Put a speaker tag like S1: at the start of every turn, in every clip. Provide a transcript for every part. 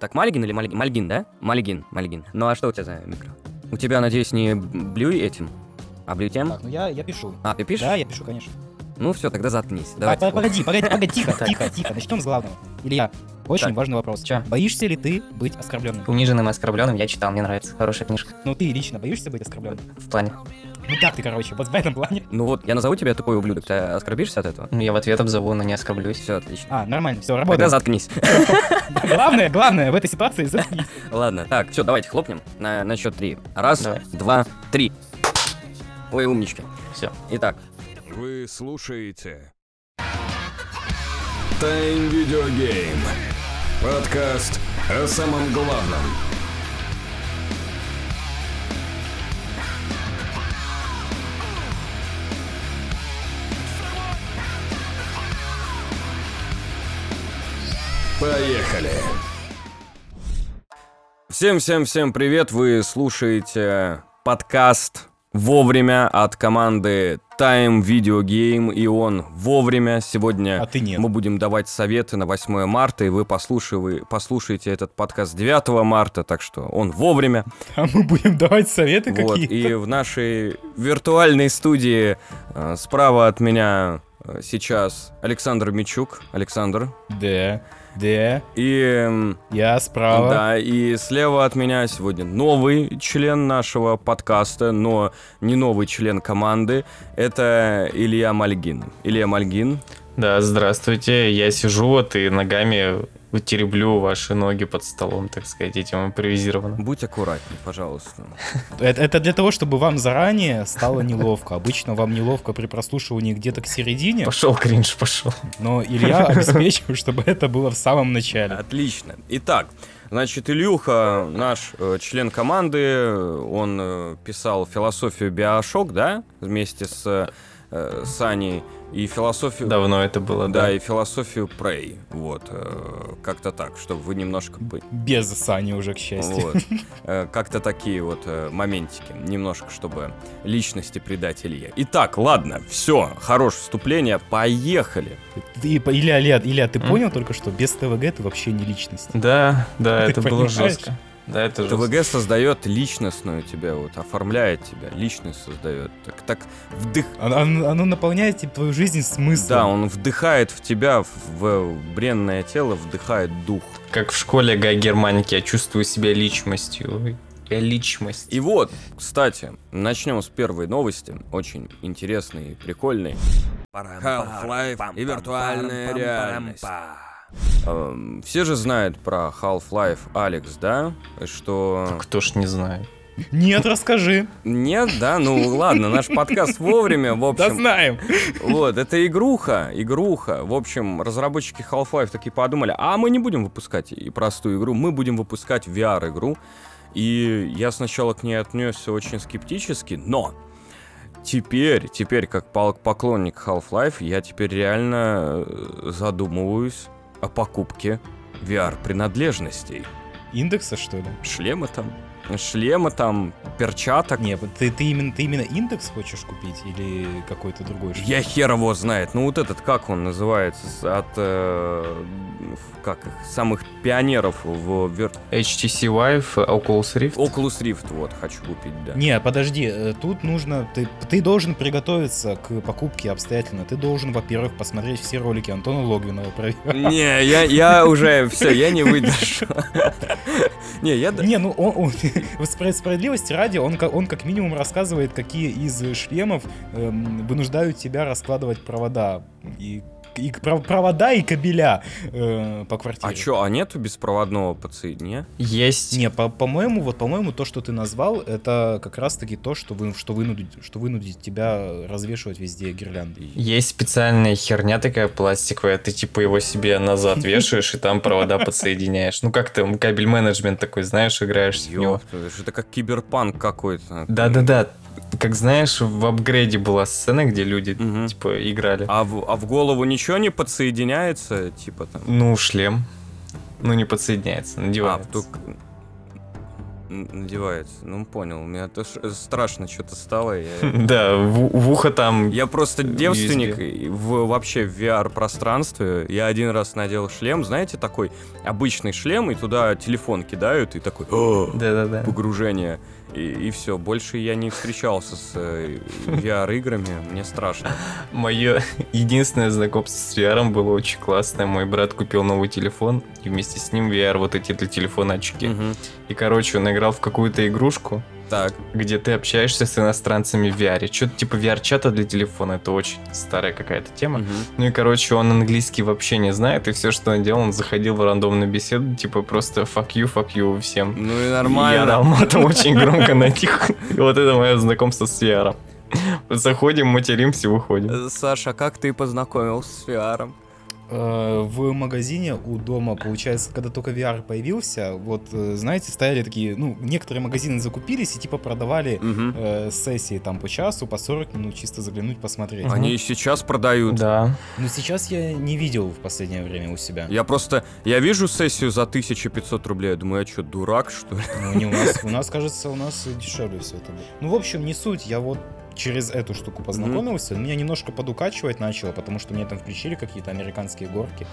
S1: Так, Мальгин или Мальгин? Мальгин, да? Мальгин, Мальгин. Ну а что у тебя за микро? У тебя, надеюсь, не блюй этим? А блюй тем?
S2: Так, ну я, я пишу.
S1: А, ты пишешь?
S2: Да, я пишу, конечно.
S1: Ну все, тогда заткнись.
S2: А,
S1: Давай.
S2: по- погоди, погоди, погоди, тихо, тихо, тихо. Начнем с главного. Илья, очень
S1: Так.
S2: важный вопрос.
S3: Чё?
S2: Боишься ли ты быть оскорбленным?
S3: Униженным и оскорбленным я читал, мне нравится. Хорошая книжка.
S2: Ну ты лично боишься быть оскорбленным?
S3: В плане.
S2: Ну так ты, короче, вот в этом плане.
S1: Ну вот, я назову тебя такой ублюдок, ты оскорбишься от этого?
S3: Ну, я в ответ обзову, но не оскорблюсь.
S1: Все, отлично.
S2: А, нормально, все,
S1: Тогда
S2: работает.
S1: заткнись.
S2: Главное, главное в этой ситуации заткнись.
S1: Ладно, так, все, давайте хлопнем на, на счет три. Раз,
S3: Давай.
S1: два, три. Ой, умнички.
S3: Все.
S1: Итак,
S4: Вы слушаете Тайм Видеогейм Подкаст о самом главном Поехали! Всем-всем-всем привет! Вы слушаете подкаст вовремя от команды Time Video Game, и он вовремя. Сегодня
S2: А ты нет.
S1: Э, мы будем давать советы на 8 марта, и вы послушай- послушаете этот подкаст 9 марта, так что он вовремя.
S2: А мы будем давать советы
S1: Вот, и в нашей виртуальной студии э, справа от меня э, сейчас Александр Мичук. Александр.
S2: Да, да,
S1: И, м,
S2: я справа.
S1: да, и слева от меня сегодня новый член нашего подкаста, но не новый член команды. Это Илья Мальгин. Илья Мальгин.
S5: Да, здравствуйте. Я сижу вот и ногами тереблю ваши ноги под столом, так сказать, этим импровизированным.
S1: Будь аккуратней, пожалуйста.
S6: Это, это для того, чтобы вам заранее стало неловко. Обычно вам неловко при прослушивании где-то к середине,
S5: Пошел кринж, пошел.
S6: но Илья обеспечил, чтобы это было в самом начале.
S1: Отлично. Итак, значит, Ильюха, наш э, член команды, он э, писал философию Биошок, да, вместе с э, Саней, и философию...
S5: Давно это было,
S1: Да,
S5: да.
S1: и философию Prey, вот, э, как-то так, чтобы вы немножко... по-
S6: Без Сани уже, к счастью.
S1: Вот. Э, Как-то такие вот э, моментики, немножко, чтобы личности придать Илье. Итак, ладно, все, хорошее вступление, поехали.
S6: Ты, по- Илья, Илья, Илья, ты
S5: М.
S6: понял только что? Без ТВГ ты вообще не личность.
S5: Да, да,
S6: Ты
S5: это было
S6: понимаешь?
S5: жестко. Да, это жестко.
S1: ТВГ создает личностную тебя, вот, оформляет тебя, личность создает. Так, так вдых...
S6: Оно, оно- оно наполняет типа, твою жизнь смыслом.
S1: Да, он вдыхает в тебя, в, в бренное тело, вдыхает дух.
S5: Как в школе Гай Германики, я чувствую себя личностью. Я личность.
S1: И вот, кстати, начнем с первой новости, очень интересной и прикольной. Half-Life и виртуальная реальность. Эм, все же знают про Half-Life Алекс, да? Что...
S5: Кто ж не знает.
S6: Нет, расскажи.
S1: Нет, да? Ну ладно, наш подкаст вовремя, в
S6: Да
S1: общем.
S6: знаем.
S1: Вот, это игруха, игруха. В общем, разработчики Half-Life такие подумали, а мы не будем выпускать и простую игру, мы будем выпускать VR-игру. И я сначала к ней отнесся очень скептически, но теперь, теперь как пол- поклонник Half-Life, я теперь реально э, задумываюсь о покупке VR-принадлежностей.
S6: Индекса, что ли?
S1: Шлема там, шлема там, перчаток.
S6: Не, ты, ты, именно, ты именно индекс хочешь купить или какой-то другой? что ли?
S1: Я хер его знает. Ну вот этот, как он называется, с- от э, в- как их, самых пионеров в вир-
S5: HTC Vive, Oculus Rift.
S1: Oculus Rift, вот, хочу купить, да.
S6: Не, подожди, э, тут нужно, ты, ты должен приготовиться к покупке обстоятельно. Ты должен, во-первых, посмотреть все ролики Антона Логвинова про VR.
S1: Не, я, я уже, все, я не выдержу. Не, я... д-
S6: Не, ну он, он- в спра- справедливости ради, он, ка- он как минимум рассказывает, какие из э, шлемов эм, вынуждают тебя раскладывать провода. И, и к- пров- провода и кабеля э, по квартире.
S1: А чё, а нету беспроводного подсоединения?
S5: Есть.
S6: Не, по- по-моему, вот по-моему, то, что ты назвал, это как раз-таки то, что, вы, что, вынудит, что вынудит тебя развешивать везде гирлянды.
S5: Есть специальная херня такая пластиковая, ты типа его себе назад вешаешь и там провода подсоединяешь. Ну как ты, кабель менеджмент такой, знаешь, играешь в него.
S1: Ёпта, это ж это как киберпанк какой-то.
S5: ну. Да-да-да, как знаешь, в апгрейде была сцена, где люди
S1: Мгм.
S5: типа играли.
S1: А в, а в голову ничего не подсоединяется, типа там?
S5: Ну, шлем. Ну, не подсоединяется,
S1: А,
S5: надевается.
S1: вдруг- н- надевается. Ну, понял, у меня тоже э, страшно что-то стало. Я,
S5: Да, в, в ухо там...
S1: я просто
S5: USB.
S1: девственник и в, вообще в VR-пространстве. Я один раз надел шлем, знаете, такой обычный шлем, и туда телефон кидают, и такой... «О,
S5: Да-да-да.
S1: погружение. И, все, больше я не встречался с э, VR-играми, мне страшно.
S5: Мое единственное знакомство с VR было очень классное. Мой брат купил новый телефон, и вместе с ним VR вот эти для телефона очки.
S1: Мгм.
S5: И, короче, он играл в какую-то игрушку,
S1: Так,
S5: где ты общаешься с иностранцами в VR. Что-то типа VR-чата для телефона, это очень старая какая-то тема. Ну и, короче, он английский вообще не знает, и все, что он делал, он заходил в рандомную беседу, типа просто fuck you, fuck you всем.
S1: ну и
S5: Я орал
S1: нормально.
S5: матом очень громко на них. И вот это мое знакомство с VR. Заходим, материмся, выходим.
S1: Э, Саша, как ты познакомился с VR?
S6: Э, в магазине у дома, получается, когда только VR появился, вот, э, знаете, стояли такие, ну, некоторые магазины закупились и типа продавали э, сессии там по часу, по 40 минут, чисто заглянуть, посмотреть.
S1: Они и сейчас продают.
S5: Да.
S6: Но сейчас я не видел в последнее время у себя.
S1: Я просто, я вижу сессию за 1500 рублей, я думаю, я что, дурак, что ли?
S6: Ну, не у нас, у нас, кажется, у нас дешевле все это было. Ну, в общем, не суть, я вот через эту штуку познакомился, меня немножко подукачивать начало, потому что мне там включили какие-то американские горки,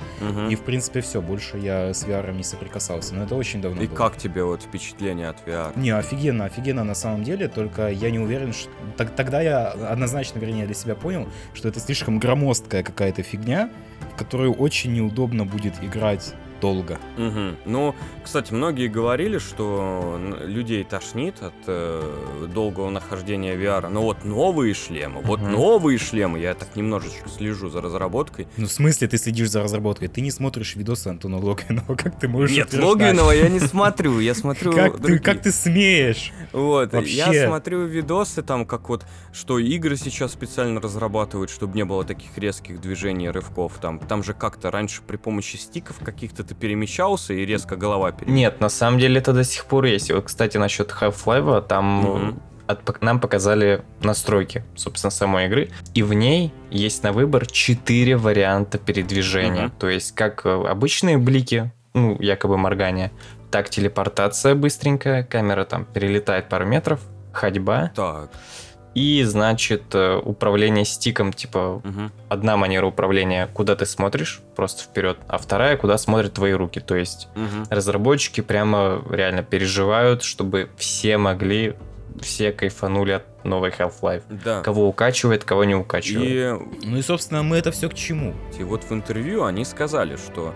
S6: и, в принципе, все, больше я с VR не соприкасался, но это очень давно
S1: И
S6: было.
S1: как тебе вот впечатление от VR?
S6: Не, офигенно, офигенно на самом деле, только я не уверен, что... так- тогда я однозначно, вернее, для себя понял, что это слишком громоздкая какая-то фигня, в которую очень неудобно будет играть долго.
S1: Мгм. Ну, кстати, многие говорили, что н- людей тошнит от э, долгого нахождения VR. Но вот новые шлемы, вот
S5: Мгм.
S1: новые шлемы, я так немножечко слежу за разработкой.
S6: Ну, в смысле ты следишь за разработкой? Ты не смотришь видосы Антона Логвинова, как ты можешь
S1: Нет,
S6: утверждать?
S1: Логвинова я не смотрю, я смотрю
S6: Как ты,
S1: другие.
S6: как ты смеешь?
S1: Вот, я
S6: Вообще.
S1: смотрю видосы там, как вот, что игры сейчас специально разрабатывают, чтобы не было таких резких движений, рывков там. Там же как-то раньше при помощи стиков каких-то ты перемещался и резко голова перемещалась.
S5: Нет, на самом деле это до сих пор есть. И Вот, кстати, насчет Half-Life, там
S1: Мгм.
S5: э, от- нам показали настройки, собственно, самой игры. И в ней есть на выбор четыре варианта передвижения.
S1: Мгм.
S5: То есть как э, обычные блики, ну, якобы моргание, так телепортация быстренькая, камера там перелетает пару метров, ходьба
S1: Так,
S5: и, значит, э, управление стиком, типа
S1: мгм.
S5: одна манера управления, куда ты смотришь, просто вперед, а вторая, куда смотрят твои руки, то есть
S1: Мгм.
S5: разработчики прямо реально переживают, чтобы все могли, все кайфанули от новой Half-Life.
S1: Да.
S5: Кого укачивает, кого не укачивает.
S1: И
S6: Ну и, собственно, мы это все к чему?
S1: И вот в интервью они сказали, что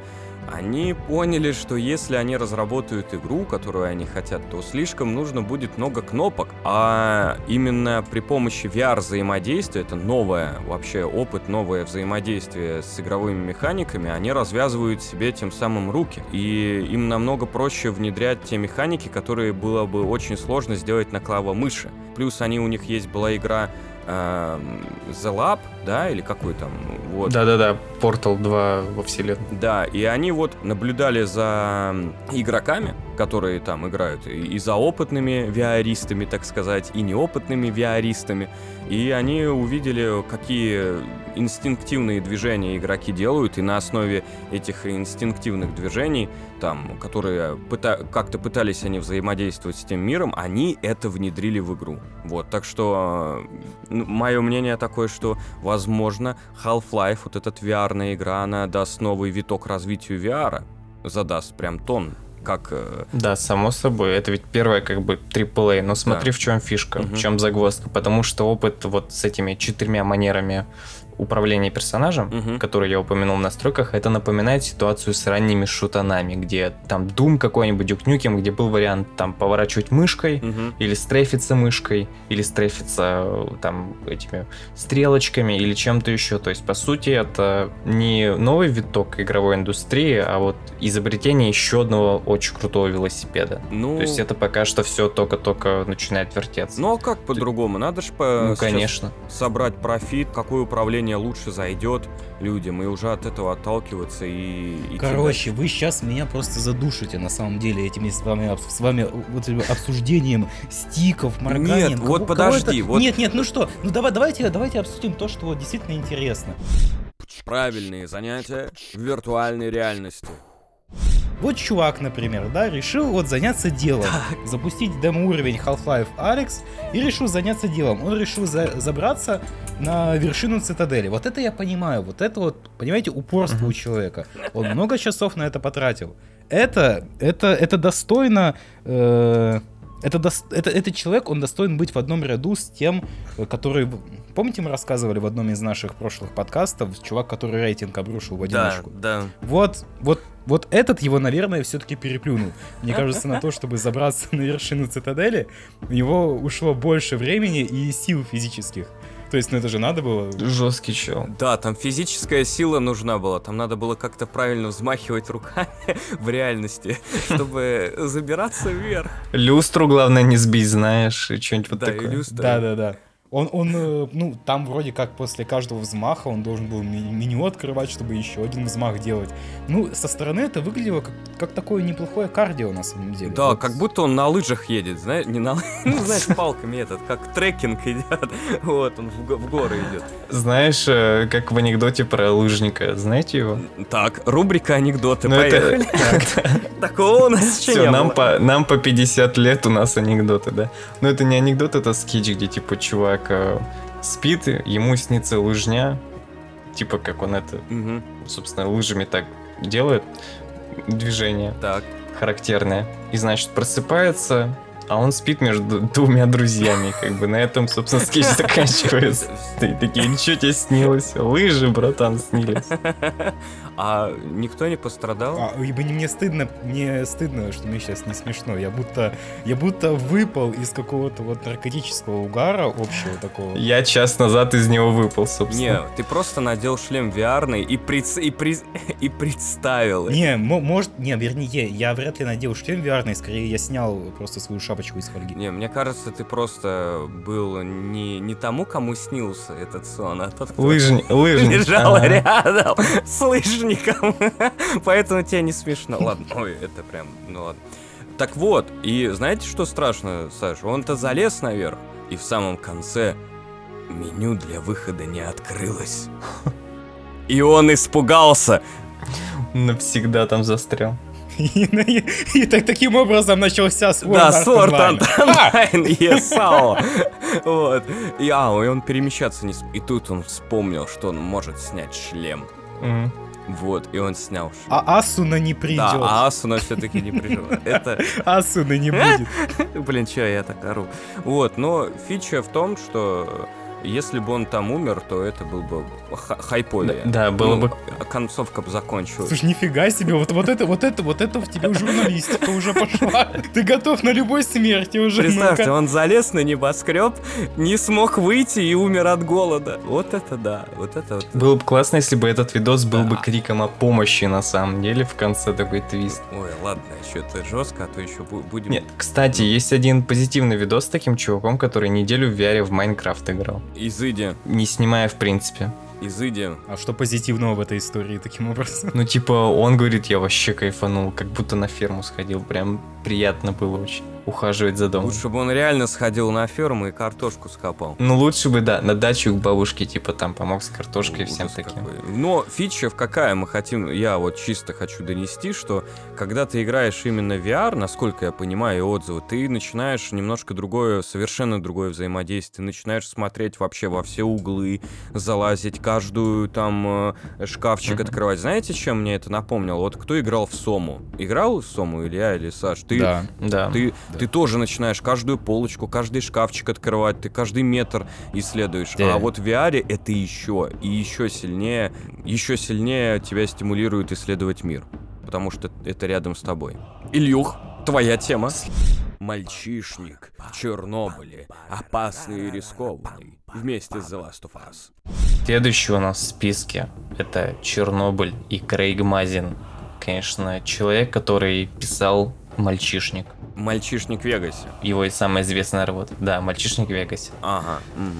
S1: они поняли, что если они разработают игру, которую они хотят, то слишком нужно будет много кнопок. А именно при помощи VR взаимодействия, это новое вообще опыт, новое взаимодействие с игровыми механиками, они развязывают себе тем самым руки. И им намного проще внедрять те механики, которые было бы очень сложно сделать на клавомыши. Плюс они у них есть была игра эм, The Lab, да, или какой там, вот,
S5: Да-да-да, Portal 2 во вселенной.
S1: да, и они вот наблюдали за м, игроками, которые там играют, и, и за опытными виаристами, так сказать, и неопытными виаристами. И они увидели, какие инстинктивные движения игроки делают, и на основе этих инстинктивных движений, там, которые пыта- как-то пытались они взаимодействовать с тем миром, они это внедрили в игру. Вот, так что ну, мое мнение такое, что Возможно, Half-Life, вот эта VR-ная игра, она даст новый виток развитию VR, задаст прям тон, как... э,
S5: Да, само собой. Это ведь первое, как бы, AAA. Но смотри, в чем фишка,
S1: Мгм.
S5: в чем загвоздка. Потому что опыт вот с этими четырьмя манерами управления персонажем,
S1: Мгм.
S5: который я упомянул в настройках, это напоминает ситуацию с ранними шутанами, где там Doom какой-нибудь, Duke Nukem, где был вариант там поворачивать мышкой,
S1: мгм.
S5: или стрейфиться мышкой, или стрейфиться э, там этими стрелочками или чем-то еще. То есть, по сути, это не новый виток игровой индустрии, а вот изобретение еще одного очень крутого велосипеда.
S1: Ну,
S5: То есть это пока что все только-только начинает вертеться.
S1: ну а как по-другому? Надо же
S6: А,
S1: по-
S5: Ну,
S1: сейчас
S5: конечно.
S1: собрать профит, какое управление лучше зайдет людям, и уже от этого отталкиваться и... идти
S6: Короче, вы сейчас меня просто задушите на самом деле этими с вами, обс- с вами вот этим обсуждением стиков, морганием.
S1: Нет, вот подожди,
S6: это-
S1: вот-
S6: Нет, нет, ну что, ну давай, давайте, давайте обсудим то, что вот действительно интересно.
S1: дальше. Правильные занятия в виртуальной реальности.
S6: Вот чувак, например, да, решил вот заняться делом. Запустить демо-уровень Half-Life Алекс и решил заняться делом. Он решил за- забраться на вершину цитадели. Вот это я понимаю, вот это вот, понимаете, упорство у человека. Он много часов на это потратил. Это, это, это достойно... э, это, дос- это, этот человек, он достоин быть в одном ряду с тем, э, который... Помните, мы рассказывали в одном из наших прошлых подкастов, чувак, который рейтинг обрушил в
S1: Да,
S6: одиночку?
S1: да.
S6: Вот, вот, вот этот его, наверное, все-таки переплюнул. Мне кажется, на то, чтобы забраться на вершину цитадели, у него ушло больше времени и сил физических. То есть, ну это же надо было.
S5: Жесткий чел.
S1: Да, там физическая сила нужна была, там надо было как-то правильно взмахивать руками в реальности, чтобы забираться вверх.
S5: Люстру, главное, не сбить, знаешь, и что-нибудь вот
S1: Да, и
S5: такое.
S1: люстра.
S6: Да-да-да. Он, он, э, ну, там вроде как после каждого взмаха он должен был ме- меню открывать, чтобы еще один взмах делать. Ну, со стороны это выглядело как, как такое неплохое кардио, на самом деле.
S1: Да,
S6: Вот.
S1: как будто он на лыжах едет, знаешь, не на лы- ну, знаешь, палками этот, как трекинг идет, вот, он в го- в горы идет.
S5: Знаешь, э, как в анекдоте про лыжника, знаете его?
S1: Так, рубрика анекдоты,
S5: Ну, это-
S1: поехали. Такого у нас еще
S5: Все,
S1: не
S5: нам
S1: было.
S5: по, нам по 50 лет у нас анекдоты, да? Но это не анекдот, это скетч, где типа чувак э, спит, и ему снится лыжня, типа как он это,
S1: Мгм,
S5: собственно, лыжами так делает, движение
S1: Так,
S5: характерное. И значит просыпается, а он спит между двумя друзьями, как бы на этом, собственно, скетч заканчивается. Ты такие, ничего тебе снилось? Лыжи, братан, снились.
S1: а никто не пострадал?
S6: А, ибо не- мне стыдно, мне стыдно, что мне сейчас не смешно. Я будто, я будто выпал из какого-то вот наркотического угара общего такого.
S5: Я час назад из него выпал,
S1: Не,
S5: собственно.
S1: ты просто надел шлем VR и, прец- и, през- и представил это.
S6: Не, мо- может, не, вернее, я вряд ли надел шлем VR, скорее я снял просто свою шапочку из фольги.
S1: Не, мне кажется, ты просто был не, не тому, кому снился этот сон, а тот, кто
S5: Лыжник, лыжник.
S1: лежал
S5: Ага.
S1: рядом с лыжником. Поэтому тебе не смешно. Ладно, ой, это прям, ну ладно. Так вот, и знаете, что страшно, Саша? Он-то залез наверх, и в самом конце меню для выхода не открылось. И он испугался.
S5: Навсегда там застрял.
S6: И, на- и- и так- таким образом начался Sword
S1: Да,
S6: Art
S1: Sword
S6: Online.
S1: Art Online, ESO. Вот. И, а, и он перемещаться не... см- И тут он вспомнил, что он может снять шлем.
S5: М.
S1: Вот, и он снял шлем.
S6: А Асуна не придет.
S1: Да, а Асуна все-таки не прижила. Это,
S6: Асуны не будет.
S1: блин, че я так ору. Вот, но фича в том, что если бы он там умер, то это был бы ха- хайповее.
S5: Да, было
S1: Ну,
S5: бы...
S1: Концовка бы закончилась.
S6: Слушай, нифига себе, вот, вот это, вот это, вот это в тебе журналистика уже пошла. Ты готов на любой смерти уже.
S1: Представьте,
S6: ну-ка.
S1: он залез на небоскреб, не смог выйти и умер от голода. Вот это да, вот это вот.
S5: Было бы классно, если бы этот видос был бы
S1: Да.
S5: криком о помощи, на самом деле, в конце такой твист.
S1: Ой, ладно, еще это жестко, а то еще будем...
S5: Нет, кстати, есть один позитивный видос с таким чуваком, который неделю в VR в Майнкрафт играл.
S1: Изыди,
S5: Не снимая, в принципе.
S1: изыди.
S6: А что позитивного в этой истории таким образом?
S5: Ну, типа, он говорит, я вообще кайфанул, как будто на ферму сходил. Прям приятно было очень ухаживать за домом.
S1: Лучше бы он реально сходил на ферму и картошку скопал.
S5: Ну, лучше бы, да, на дачу к бабушке, типа, там помог с картошкой и всем
S1: Ужас
S5: таким.
S1: какой. Но фича в какая мы хотим, я вот чисто хочу донести, что когда ты играешь именно VR, насколько я понимаю, и отзывы, ты начинаешь немножко другое, совершенно другое взаимодействие, ты начинаешь смотреть вообще во все углы, залазить, каждую там э, шкафчик
S5: Мгм.
S1: открывать. Знаете, чем мне это напомнило? Вот кто играл в Сому? Играл в Сому, Илья или Саш? Ты
S6: Да.
S5: Да.
S1: Ты,
S6: Да.
S1: ты тоже начинаешь каждую полочку, каждый шкафчик открывать, ты каждый метр исследуешь.
S6: Да.
S1: А вот в VR это еще и еще сильнее, еще сильнее тебя стимулирует исследовать мир, потому что это рядом с тобой. Ильюх, твоя тема. Мальчишник в Чернобыле, опасный и рискованный, вместе с The Last of Us.
S5: Следующий у нас в списке это Чернобыль и Крейг Мазин. Конечно, человек, который писал «Мальчишник».
S1: Мальчишник в Вегасе.
S5: Его и самая известная работа. Да, «Мальчишник в Вегасе».
S1: Ага. мгм.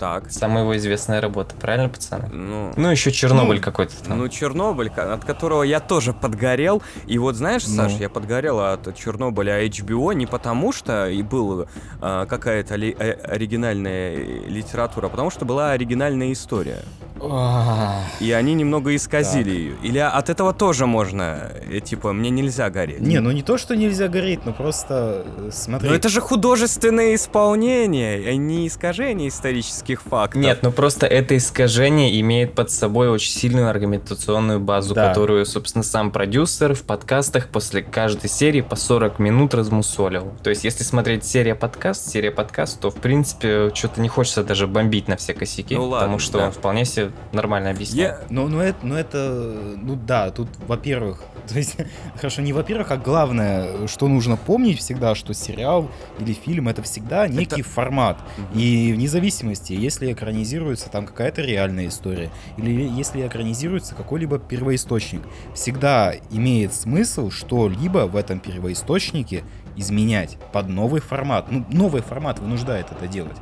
S1: Так.
S5: Самая его известная работа, правильно, пацаны?
S1: Ну,
S5: Ну, еще Чернобыль какой-то
S6: А.
S5: там.
S1: ну, Чернобыль, ко- от которого я тоже подгорел. И вот знаешь,
S6: Ну.
S1: Саш, я подгорел от Чернобыля а HBO не потому, что и была а, какая-то ли- э, оригинальная литература, а потому что была оригинальная история.
S6: Ах.
S1: И они немного исказили ее. Или от этого тоже можно, э, типа, мне нельзя гореть.
S6: Не, ну не то, что нельзя гореть, но просто э, смотри.
S1: Но Ну, это же художественное исполнение, а не искажение исторических фактов.
S5: Нет, ну просто это искажение имеет под собой очень сильную аргументационную базу,
S6: Да.
S5: которую, собственно, сам продюсер в подкастах после каждой серии по 40 минут размусолил. То есть, если смотреть серия подкаст, серия подкаст, то, в принципе, что-то не хочется даже бомбить на все косяки,
S1: Ну ладно,
S5: потому что
S1: да.
S5: он вполне себе нормально объясняет.
S1: Я-
S6: Ну, ну, это, ну это, ну да, тут, во-первых, то есть, хорошо, не во-первых, а главное, что нужно помнить всегда, что сериал или фильм это всегда некий формат. И вне зависимости, если экранизируется там какая-то реальная история, или если экранизируется какой-либо первоисточник, всегда имеет смысл что-либо в этом первоисточнике изменять под новый формат. Ну, новый формат вынуждает это делать.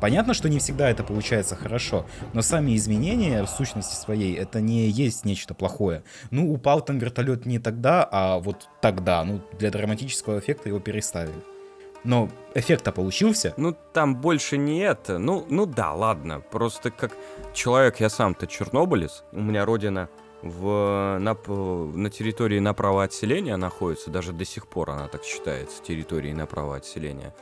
S6: Понятно, что не всегда это получается хорошо, но сами изменения в сущности своей это не есть нечто плохое. Ну, упал там вертолет не тогда, а вот тогда. Ну, для драматического эффекта его переставили. Но эффект-то получился.
S1: Ну, там больше не это. Ну, ну да, ладно. Просто как человек, я сам-то чернобылец, у меня родина в, на, п- на территории на право отселения находится, даже до сих пор она так считается, территорией на право отселения.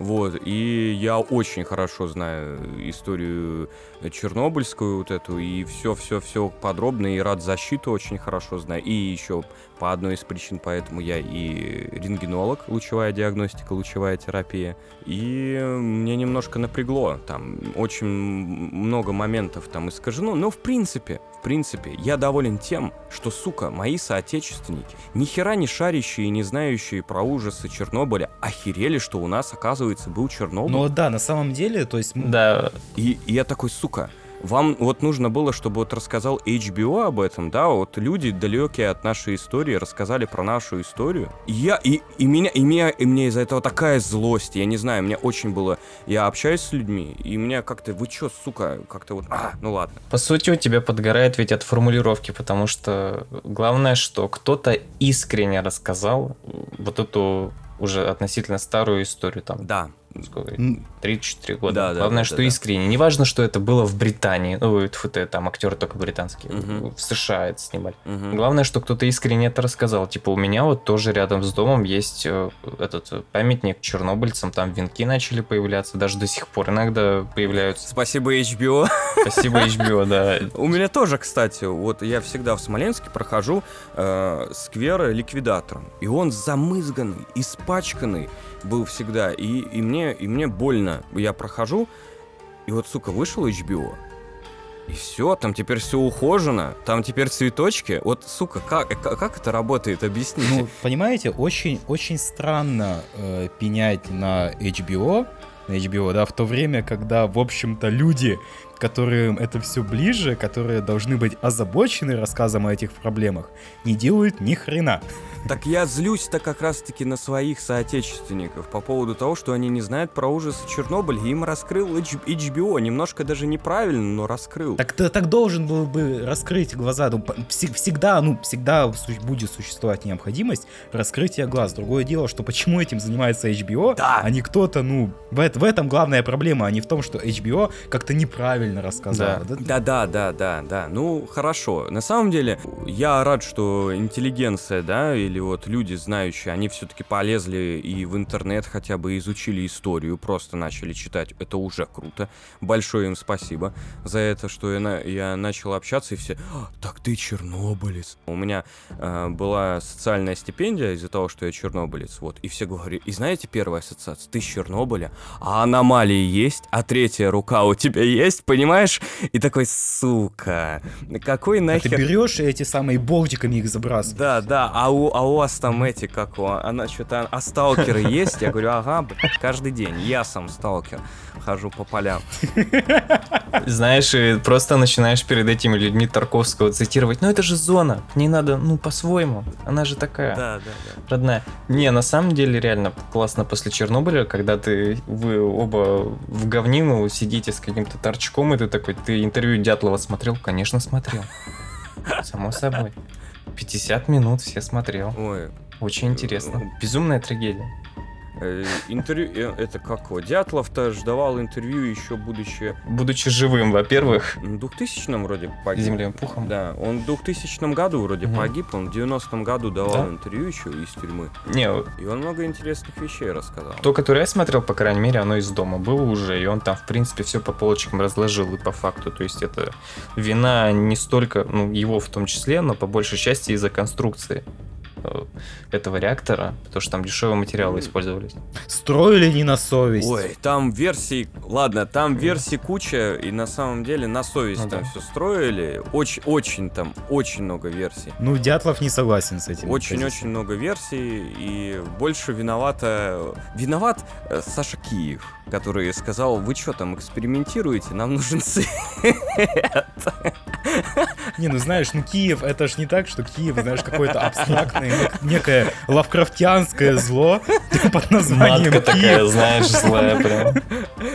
S1: Вот, и я очень хорошо знаю историю чернобыльскую вот эту, и все-все-все подробно, и рад защиту очень хорошо знаю, и еще по одной из причин, поэтому я и рентгенолог, лучевая диагностика, лучевая терапия. И мне немножко напрягло, там очень много моментов там искажено, но в принципе, в принципе, я доволен тем, что, сука, мои соотечественники, ни хера не шарящие и не знающие про ужасы Чернобыля, охерели, что у нас, оказывается, был Чернобыль.
S6: Но да, на самом деле, то есть... м,
S5: Да,
S1: И, и я такой, сука, вам вот нужно было, чтобы вот рассказал HBO об этом, да, вот люди далекие от нашей истории рассказали про нашу историю. И я, и, и меня, и меня, и мне из-за этого такая злость, я не знаю, мне очень было, я общаюсь с людьми, и меня как-то, вы чё, сука, как-то вот, а, ну ладно.
S5: По сути, у тебя подгорает ведь от формулировки, потому что главное, что кто-то искренне рассказал вот эту уже относительно старую историю, там,
S1: Да,
S5: сколько,
S6: м,
S5: 3-4 года.
S1: Да, да,
S5: главное,
S1: да,
S5: что
S1: да, да.
S5: искренне. Неважно, что это было в Британии, ну, тьфу ты, там актеры только британские,
S1: Мгм.
S5: в США это снимали.
S1: мгм.
S5: Главное, что кто-то искренне это рассказал. Типа, у меня вот тоже рядом с домом есть э, этот э, памятник чернобыльцам, там венки начали появляться, даже до сих пор иногда появляются.
S1: Спасибо HBO.
S5: Спасибо HBO, да.
S1: У меня тоже, кстати, вот я всегда в Смоленске прохожу э, сквер ликвидатором. И он замызганный, испачканный был всегда. И, и, мне, и мне больно. Я прохожу, и вот, сука, вышел HBO. И все, там теперь все ухожено, там теперь цветочки. Вот, сука, как, как, как это работает? Объясните.
S6: Ну, понимаете, очень-очень странно э, пенять на HBO, на HBO, да, в то время, когда, в общем-то, люди, которым это все ближе, которые должны быть озабочены рассказом о этих проблемах, не делают ни хрена.
S1: Так я злюсь-то как раз-таки на своих соотечественников по поводу того, что они не знают про ужасы Чернобыля, и им раскрыл H- HBO, немножко даже неправильно, но раскрыл.
S6: Так, ты- так должен был бы раскрыть глаза. Ну, п- вс- Всегда, ну, всегда су- будет существовать необходимость раскрытия глаз. Другое дело, что почему этим занимается HBO,
S1: Да.
S6: а не кто-то, ну, в, эт- в этом главная проблема, а не в том, что HBO как-то неправильно рассказало. Да.
S1: Да, да, да, да, да. Ну, хорошо. На самом деле, я рад, что интеллигенция, да, или вот люди знающие, они все-таки полезли и в интернет хотя бы изучили историю, просто начали читать. Это уже круто. Большое им спасибо за это, что я, на- я начал общаться, и все, «А, так ты чернобылец. У меня э, была социальная стипендия из-за того, что я чернобылец, вот, и все говорили, и знаете, первая ассоциация, ты с Чернобыля, а аномалии есть, а третья рука у тебя есть, понимаешь? И такой, сука, какой
S6: А ты
S1: нахер...
S6: берешь и эти самые болтиками их забрасываешь.
S1: Да, да, а у, а у вас там эти, как у, она что-то, а сталкеры есть? Я говорю, ага, блядь, каждый день, я сам сталкер, хожу по полям.
S5: Знаешь, и просто начинаешь перед этими людьми Тарковского цитировать. Ну это же зона, не надо, ну по-своему, она же такая.
S1: Да, да, да.
S5: родная. Не, на самом деле реально классно после Чернобыля, когда ты вы оба в говнину сидите с каким-то торчком, и ты такой, ты интервью Дятлова смотрел? Конечно, смотрел. Само собой. 50 минут все смотрел.
S1: Ой,
S5: Очень интересно. Безумная трагедия.
S1: э, интервью, э, это как его, Дятлов-то ж давал интервью еще будучи
S5: Будучи живым, во-первых,
S1: в 2000-м вроде погиб.
S5: землем пухом.
S1: Да, он в 2000 году вроде
S5: Мгм.
S1: погиб, он в 90-м году давал
S5: Да?
S1: интервью еще из тюрьмы,
S5: Не,
S1: и он много интересных вещей рассказал.
S5: то, которое я смотрел, по крайней мере, оно из дома было уже, и он там, в принципе, все по полочкам разложил, и по факту, то есть это вина не столько, ну, его в том числе, но по большей части из-за конструкции э, этого реактора, потому что там дешевые материалы использовались.
S6: Строили не на совесть.
S1: Ой, там версий, ладно, там версий куча, и на самом деле на совесть
S5: Ну
S1: там
S5: да.
S1: все строили. Очень, очень там, очень много версий.
S6: Ну, Дятлов не согласен с этим.
S1: Очень-очень много версий, и больше виновата... Виноват э, Саша Киев, который сказал, вы что там экспериментируете, нам нужен свет.
S6: Не, ну знаешь, ну Киев, это ж не так, что Киев, знаешь, какое-то абстрактное, нек- некое лавкрафтианское зло под названием
S5: Матка такая,
S6: Киев.
S5: знаешь, злая прям.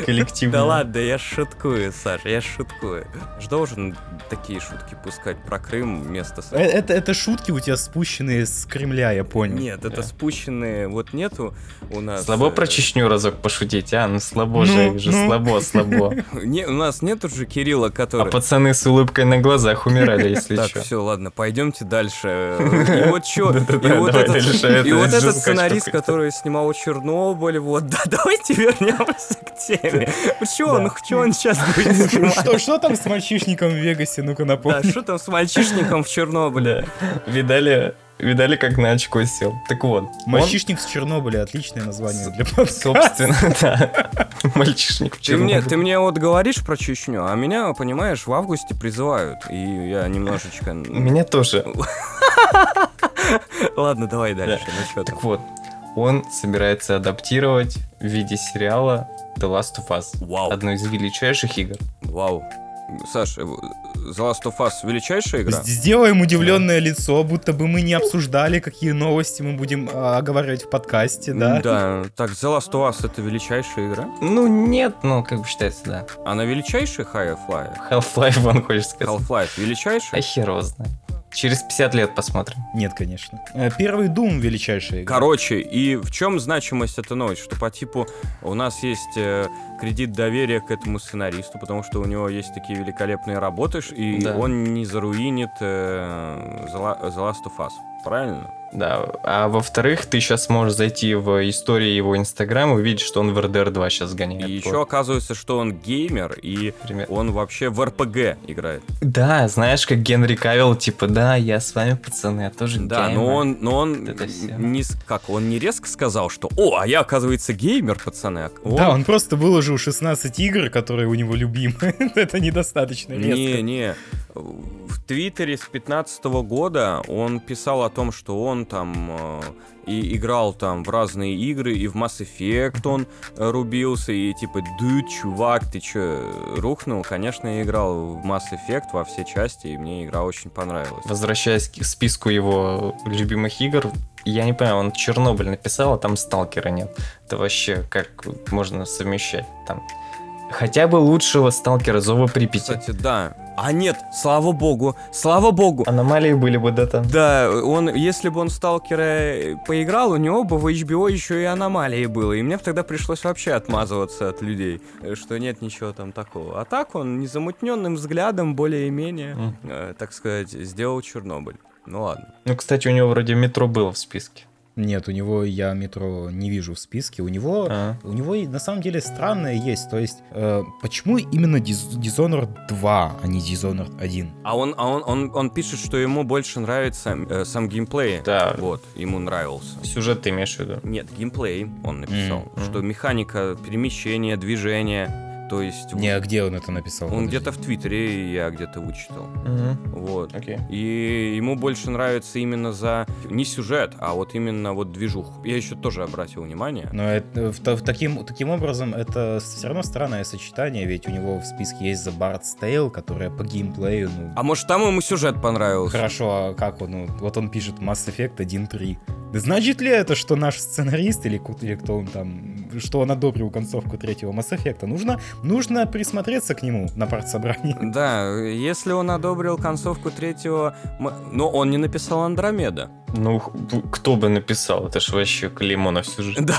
S5: Коллективная.
S1: Да ладно, я шуткую, Саша, я шуткую. Ж должен такие шутки пускать про Крым вместо...
S6: Э, Это, это шутки у тебя спущенные с Кремля, я понял.
S1: Нет, это
S5: Да.
S1: спущенные вот нету у нас...
S5: Э. Слабо
S1: э,
S5: про Чечню разок пошутить, а? Ну слабо
S6: Ну,
S5: же, я вижу,
S6: ну.
S5: слабо, слабо.
S1: Не, у нас нету же Кирилла,
S5: А
S1: который...
S5: пацаны с улыбкой на глазах умирали, если
S1: Так,
S5: что.
S1: все, ладно, пойдемте дальше. И вот чё,
S5: Да-да-да,
S1: и вот
S5: давай
S1: этот-
S5: дальше,
S1: и
S5: это
S1: вот этот
S5: жесткая
S1: сценарист,
S5: штука.
S1: который снимал Чернобыль, вот, да, давайте вернемся к теме. Че он, чё он сейчас будет снимать?
S6: Ну, Что, что там с мальчишником в Вегасе, ну-ка
S1: Да,
S6: напомни.
S1: что там с мальчишником в Чернобыле?
S5: Бля, видали, видали, как на очко сел. Так вот, он,
S6: Мальчишник с Чернобыля, отличное название для подкаста.
S5: собственно, да, мальчишник в
S1: Ты мне,
S5: черном.
S1: ты мне вот говоришь про Чечню, а меня, понимаешь, в августе призывают, и я немножечко...
S5: Меня тоже.
S1: Ладно, давай дальше, ну чё там?
S5: Так вот, он собирается адаптировать в виде сериала The Last of Us.
S1: Вау,
S5: Одну из величайших игр.
S1: вау. Саш, э, The Last of Us величайшая игра?
S6: Сделаем удивленное лицо, будто бы мы не обсуждали, какие новости мы будем а, оговаривать в подкасте, да?
S1: Да, так, The Last of Us это величайшая игра?
S5: Ну, нет, ну, как бы считается, да.
S1: Она величайшая Half-Life?
S5: Half-Life, он хочет сказать.
S1: Half-Life величайшая?
S5: А хер его знает. Через 50 лет посмотрим.
S6: Нет, конечно. Э, Первый Doom величайший.
S1: Короче, и в чем значимость этой новости? Что по типу у нас есть э, кредит доверия к этому сценаристу, потому что у него есть такие великолепные работы, ш- и
S5: Да.
S1: он не заруинит э, The La- The Last of Us. Правильно?
S5: Да. А во-вторых, ты сейчас можешь зайти в истории его инстаграм и увидеть, что он в RDR 2 сейчас гоняет.
S1: и еще
S5: Вот,
S1: оказывается, что он геймер, и
S5: например.
S1: он вообще в РПГ играет.
S5: Да, знаешь, как Генри Кавилл, типа, да, я с вами, пацаны, я тоже
S1: Да,
S5: геймер».
S1: но он, но он
S5: Вот это всё.
S1: не с- как он не резко сказал, что "О, а я оказывается геймер, пацаны". а он-
S6: Да, он просто выложил 16 игр, которые у него любимы. Это недостаточно
S1: Не,
S6: резко.
S1: не. В Твиттере с 15 года он писал о том, что он там э, и играл там в разные игры, и в Mass Effect он э, рубился, и типа, да, чувак, ты че, рухнул? Конечно, я играл в Mass Effect во все части, и мне игра очень понравилась.
S5: Возвращаясь к списку его любимых игр, я не понимаю, он Чернобыль написал, а там сталкера нет. Это вообще как можно совмещать там? Хотя бы лучшего сталкера Зова Припяти.
S1: Кстати, да. А нет, слава богу, слава богу,
S5: Аномалии были бы, да, там.
S1: Да, он, если бы он в сталкера э, поиграл, у него бы в HBO еще и аномалии было. И мне бы тогда пришлось вообще отмазываться от людей, э, что нет ничего там такого. А так он незамутненным взглядом более-менее,
S5: Мгм.
S1: э, так сказать, сделал Чернобыль. Ну ладно.
S5: Ну, кстати, у него вроде метро было в списке.
S6: Нет, у него я метро не вижу в списке. У него.
S5: А.
S6: У него и на самом деле странное есть. То есть, э, почему именно Диз- Dishonored 2, а не Dishonored 1?
S1: А он, а он, он, он пишет, что ему больше нравится э, сам геймплей.
S5: Да,
S1: Вот, ему нравился.
S5: сюжет ты имеешь в виду.
S1: Нет, геймплей, он написал,
S5: М,
S1: что
S5: мгм.
S1: механика перемещения, движения, То есть
S6: Не, а где он это написал?
S1: он
S6: Подожди.
S1: где-то в Твиттере, я где-то вычитал.
S5: Мгм.
S1: Вот.
S5: Окей.
S1: И ему больше нравится именно за не сюжет, а вот именно вот движух. Я еще тоже обратил внимание.
S6: Но это, в, та- в таким, таким образом, это все равно странное сочетание, ведь у него в списке есть The Bard's Tale, которая по геймплею, ну,
S1: А может там ему сюжет понравился?
S6: хорошо, а как он, ну, вот он пишет Mass Effect 1.3. Да значит ли это, что наш сценарист или, ку- или кто он там, что он одобрил концовку третьего Mass Effect? Нужно, нужно присмотреться к нему на партсобрании.
S1: Да, если он одобрил концовку третьего... м- Но он не написал Андромеда.
S5: Ну, х- б- кто бы написал? Это ж вообще клеймо на всю жизнь.
S1: Да.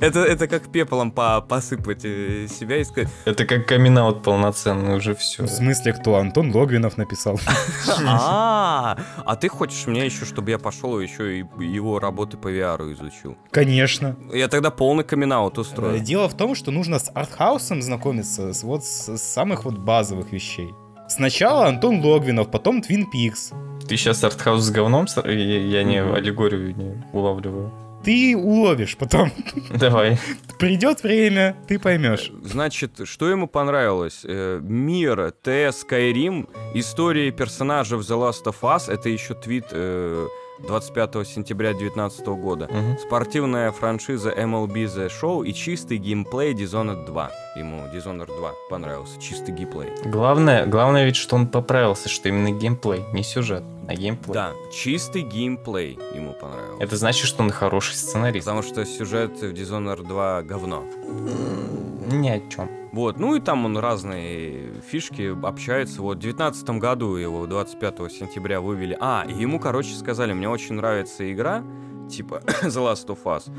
S1: это, это как пеплом по- посыпать э, себя и сказать,
S5: Это как камин полноценный, уже все.
S6: В смысле, кто? Антон Логвинов написал.
S1: а а ты хочешь мне еще, чтобы я пошел еще и его работы по VR изучил?
S6: Конечно.
S1: Я тогда полный камин-аут
S6: Э,
S1: устрою.
S6: Дело в том, что нужно с артхаусом знакомиться с вот с, с самых вот базовых вещей. Сначала Антон Логвинов, потом Твин Пикс.
S5: Ты сейчас артхаус с говном? сра- Я, я не аллегорию не улавливаю.
S6: Ты уловишь, потом
S5: Давай.
S6: придет время, ты поймешь.
S1: Значит, что ему понравилось? Э, Мир, ТС, Skyrim, истории персонажей в The Last of Us, это еще твит э, 25 сентября 2019 года.
S5: Мгм.
S1: Спортивная франшиза MLB The Show и чистый геймплей Dishonored 2. Ему Dishonored 2 понравился, чистый геймплей.
S5: Главное, главное ведь, что он поправился, что именно геймплей, не сюжет, а геймплей.
S1: Да, чистый геймплей ему понравился.
S5: Это значит, что он хороший сценарист.
S1: Потому что сюжет в Dishonored 2 говно.
S5: Ни о чем.
S1: Вот, ну и там он разные фишки общается. Вот в 2019 году его 25 сентября вывели. А, и ему, короче, сказали, мне очень нравится игра, типа The Last of Us.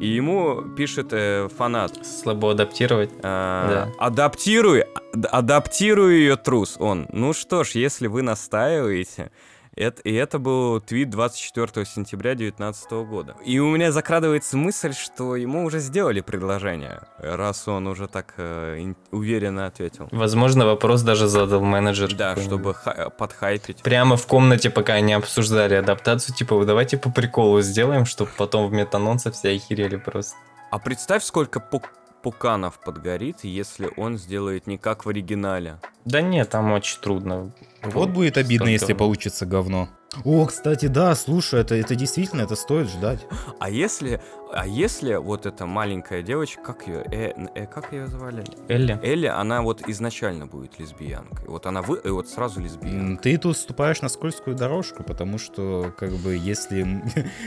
S1: И ему пишет э, фанат,
S5: Слабо адаптировать.
S1: э,
S5: Да.
S1: адаптируй, ад- адаптируй ее трус. Он, ну что ж, если вы настаиваете, это, и это был твит 24 сентября 2019 года. И у меня закрадывается мысль, что ему уже сделали предложение, раз он уже так э, ин- уверенно ответил.
S5: Возможно, вопрос даже задал менеджер.
S1: Да,
S5: какой-нибудь.
S1: чтобы ха- э, подхайпить.
S5: Прямо в комнате, пока они обсуждали адаптацию, типа, «Вы давайте по приколу сделаем, чтобы потом в метанонце все охерели просто.
S1: А представь, сколько пу- пуканов подгорит, если он сделает не как в оригинале.
S5: Да нет, там очень трудно.
S6: Вот будет обидно,
S5: Столько
S6: если
S5: говна.
S6: получится говно. О, кстати, да, слушай, это, это действительно, это стоит ждать.
S1: А если, а если вот эта маленькая девочка, как ее, как ее звали?
S5: Элли.
S1: Элли, она вот изначально будет лесбиянкой. Вот она вы, и вот сразу
S6: М,
S1: лесбиянка.
S6: Ты тут ступаешь на скользкую дорожку, потому что, как бы, если...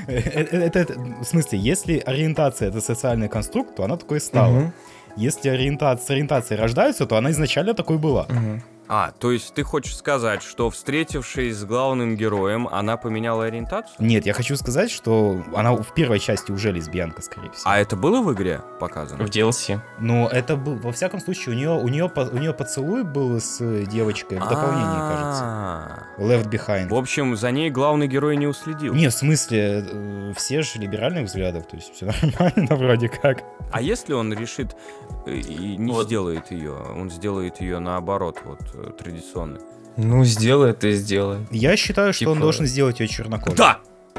S6: э, э, это- это- В смысле, если ориентация — это социальный конструкт, то она такой и стала.
S5: Мгм.
S6: Если ориентация, с ориентацией рождаются, то она изначально такой была.
S5: Мгм.
S1: А, то есть ты хочешь сказать, что встретившись с главным героем, она поменяла ориентацию?
S6: Нет, я хочу сказать, что она в первой части уже лесбиянка, скорее всего.
S1: А это было в игре показано?
S5: В DLC.
S6: Но это был, во всяком случае, у нее, у нее, по- у нее поцелуй был с э, девочкой в дополнении, кажется.
S1: А.
S6: Left Behind.
S1: В общем, за ней главный герой не уследил.
S6: Не, в смысле, э, все же либеральных взглядов, то есть все нормально вроде как.
S1: А если он решит э, и не
S5: Вот.
S1: сделает ее, он сделает ее наоборот, вот э, традиционный.
S5: Ну, сделай ты, сделай.
S6: Я считаю, что он
S5: Типа-
S6: должен сделать ее чернокожей.
S1: Да,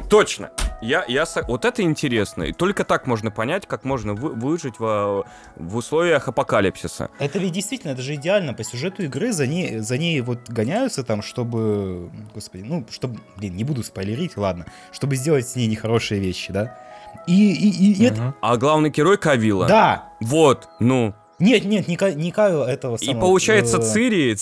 S1: точно. Я, я, со- вот это интересно. И только так можно понять, как можно вы- выжить во- в условиях апокалипсиса.
S6: Это ведь действительно, это же идеально. По сюжету игры за ней, за ней вот гоняются там, чтобы... Господи, ну, чтобы... Блин, не буду спойлерить, ладно. Чтобы сделать с ней нехорошие вещи, да? И, и, и- и это...
S5: Мгм.
S1: А главный герой Кавила.
S6: Да!
S1: Вот, ну.
S6: Нет, нет, не, Ка- не Кайл этого
S1: И
S6: самого,
S1: получается
S6: э,
S1: Цири,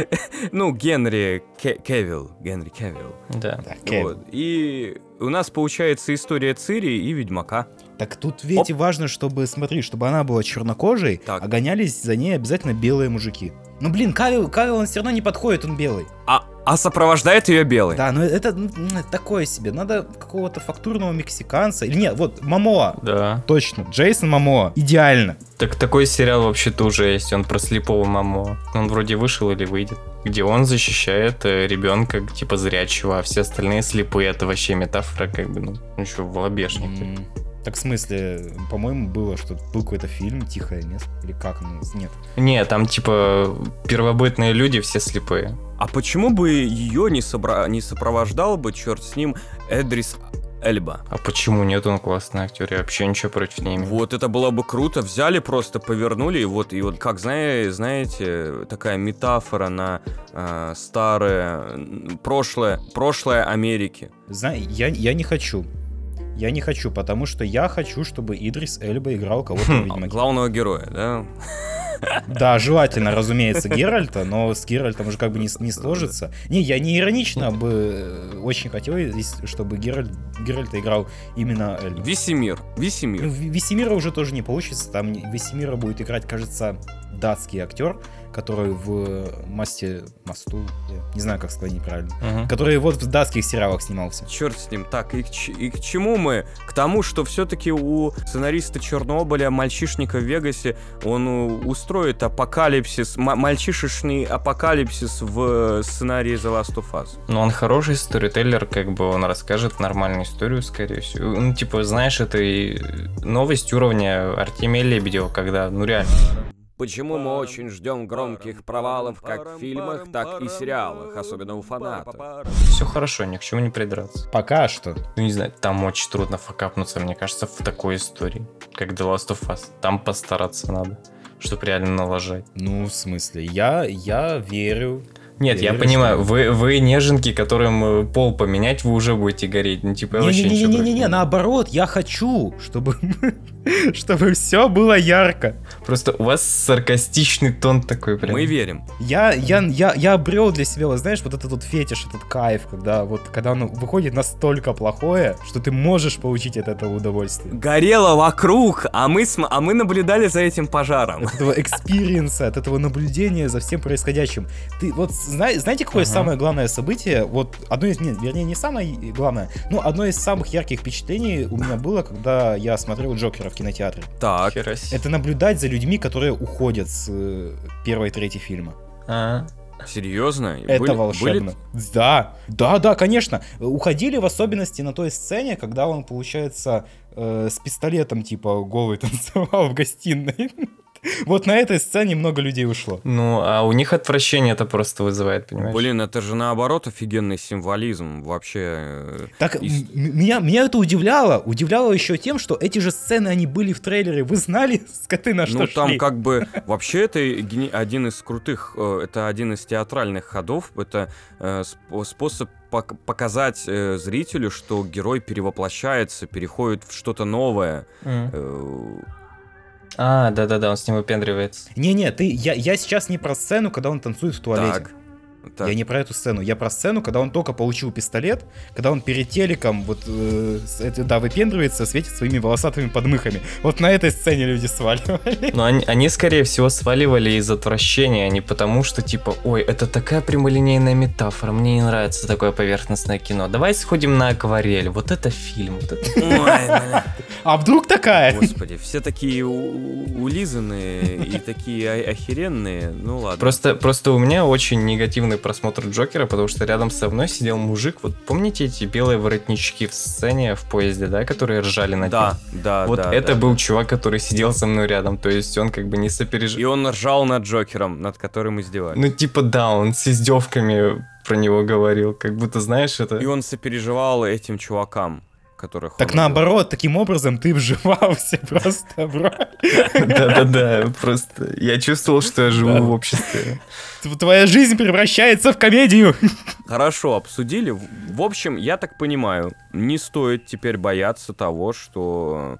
S1: ну, Генри Ке- Кевилл. Генри Кевилл.
S5: Да.
S6: да, Кевин.
S1: Вот. И у нас получается история Цири и Ведьмака.
S6: Так тут ведь и важно, чтобы, смотри, чтобы она была чернокожей,
S1: Так.
S6: а гонялись за ней обязательно белые мужики. Ну блин, Кайл, Кайл, он все равно не подходит, он белый.
S1: А, а сопровождает ее белый.
S6: Да, но это м, такое себе. Надо какого-то фактурного мексиканца. Или нет, вот Мамоа.
S5: Да.
S6: Точно, Джейсон Мамоа. Идеально.
S5: Так такой сериал вообще-то уже есть, он про слепого маму. Он вроде вышел или выйдет. Где он защищает э, ребенка типа зрячего, а все остальные слепые. Это вообще метафора как бы, ну, ну что, в лобешник.
S6: М, Так в смысле, по-моему, было, что был какой-то фильм «Тихое место» или как он? Нет.
S5: Не, там типа первобытные люди все слепые.
S1: А почему бы ее не, собра- не сопровождал бы, черт с ним, Эдрис, Эльба.
S5: А почему нет? Он классный актер, я вообще ничего против не имею.
S1: Вот это было бы круто, взяли просто, повернули, и вот, и вот, как зная- знаете, такая метафора на э, старое, м, прошлое, прошлое Америки.
S6: Зна- я, я не хочу. Я не хочу, потому что я хочу, чтобы Идрис Эльба играл кого-то в
S1: А,
S6: Ведьмаке.
S1: Главного героя, да?
S6: Да, желательно, разумеется, Геральта, но с Геральтом уже как бы не, с- не сложится. Не, я не иронично бы э, очень хотел, если- чтобы Геральт, Геральта играл именно Эльба.
S1: Весемир, Весемир.
S6: Ну, В- Весемира уже тоже не получится. Там не- Весемира будет играть, кажется, датский актер, который в э, масте мосту. я не знаю, как сказать неправильно.
S5: Мгм.
S6: Который вот в датских сериалах снимался.
S1: Черт с ним. Так, и к, ч- и к чему мы? К тому, что все-таки у сценариста Чернобыля, мальчишника в Вегасе, он у- устроит апокалипсис, м- мальчишечный апокалипсис в э, сценарии The Last of Us.
S5: Но он хороший сторителлер, как бы он расскажет нормальную историю, скорее всего. Ну, типа, знаешь, это и новость уровня Артемия Лебедева, когда, ну, реально.
S2: Почему мы очень ждем громких провалов как в фильмах, так и сериалах, особенно у фанатов.
S5: Все хорошо, ни к чему не придраться.
S6: Пока что.
S5: Ну, не знаю, там очень трудно факапнуться, мне кажется, в такой истории, как The Last of Us. Там постараться надо, чтобы реально налажать.
S6: Ну, в смысле, я, я верю.
S5: Нет,
S6: Я
S5: я,
S6: верю,
S5: понимаю, вы, вы неженки, которым э, пол поменять, вы уже будете гореть. Ну, типа, я вообще ничего против
S6: Не-не-не-не-не,
S5: не имею.
S6: наоборот, я хочу, чтобы, чтобы все было ярко.
S5: Просто у вас саркастичный тон такой прям.
S1: Мы верим.
S6: Я, я, я, я обрел для себя, вот знаешь, вот этот вот фетиш, этот кайф, когда вот, когда оно выходит настолько плохое, что ты можешь получить от этого удовольствие.
S1: Горело вокруг, а мы, см- а мы наблюдали за этим пожаром.
S6: От этого экспириенса, от этого наблюдения за всем происходящим. Ты вот зна- знаете, какое
S5: Ага.
S6: самое главное событие? Вот одно из, нет, вернее, не самое главное, но одно из самых ярких впечатлений у меня было, когда я смотрел Джокера в кинотеатре.
S1: Так,
S5: Хера себе.
S6: Это наблюдать за людьми, которые уходят с э, первой и третьей фильма.
S5: А.
S1: серьезно?
S6: Это волшебно. Да, да, да, конечно. Уходили в особенности на той сцене, когда он, получается, э, с пистолетом типа голый танцевал в гостиной. Вот на этой сцене много людей ушло.
S5: Ну, а у них отвращение это просто вызывает, понимаешь?
S1: Блин, это же наоборот офигенный символизм. Вообще, э,
S6: Так
S1: И
S6: м-
S1: с-
S6: м- меня, меня это удивляло. Удивляло еще тем, что эти же сцены, они были в трейлере. Вы знали, скоты на А что
S1: ну там
S6: шли?
S1: как бы вообще это гени- один из крутых, э, это один из театральных ходов, это э, сп- способ пок- показать э, зрителю, что герой перевоплощается, переходит в что-то новое.
S5: М.
S1: Э,
S5: А, да-да-да, он с ним выпендривается.
S6: Не-не, ты, я, я сейчас не про сцену, когда он танцует в туалете.
S1: Так. Так.
S6: Я не про эту сцену, я про сцену, когда он только получил пистолет, когда он перед телеком вот, э, с- эти- да, выпендривается, светит своими волосатыми подмыхами. Вот на этой сцене люди сваливали.
S5: Но они, они, скорее всего, сваливали из отвращения, а не потому, что типа, ой, это такая прямолинейная метафора, мне не нравится такое поверхностное кино. Давай сходим на акварель, вот это фильм. Вот это...
S1: Ой,
S6: А вдруг такая?
S1: Господи, все такие у- улизанные и такие о- охеренные. Ну ладно.
S5: Просто, просто у меня очень негативный просмотр Джокера, потому что рядом со мной сидел мужик, вот помните эти белые воротнички в сцене в поезде, да, которые ржали на
S1: Да, да,
S5: Вот
S1: да,
S5: это
S1: да.
S5: был чувак, который сидел со мной рядом, то есть он как бы не сопереживал.
S1: И он ржал над Джокером, над которым издевались.
S5: Ну, типа, да, он с издевками про него говорил, как будто, знаешь, это...
S1: И он сопереживал этим чувакам, которых
S6: Так
S1: он убил.
S6: наоборот, таким образом ты вживался просто, бро.
S5: Да-да-да, просто я чувствовал, что я живу в обществе.
S6: Тв- Твоя жизнь превращается в комедию.
S1: Хорошо, обсудили. В в общем, я так понимаю, не стоит теперь бояться того, что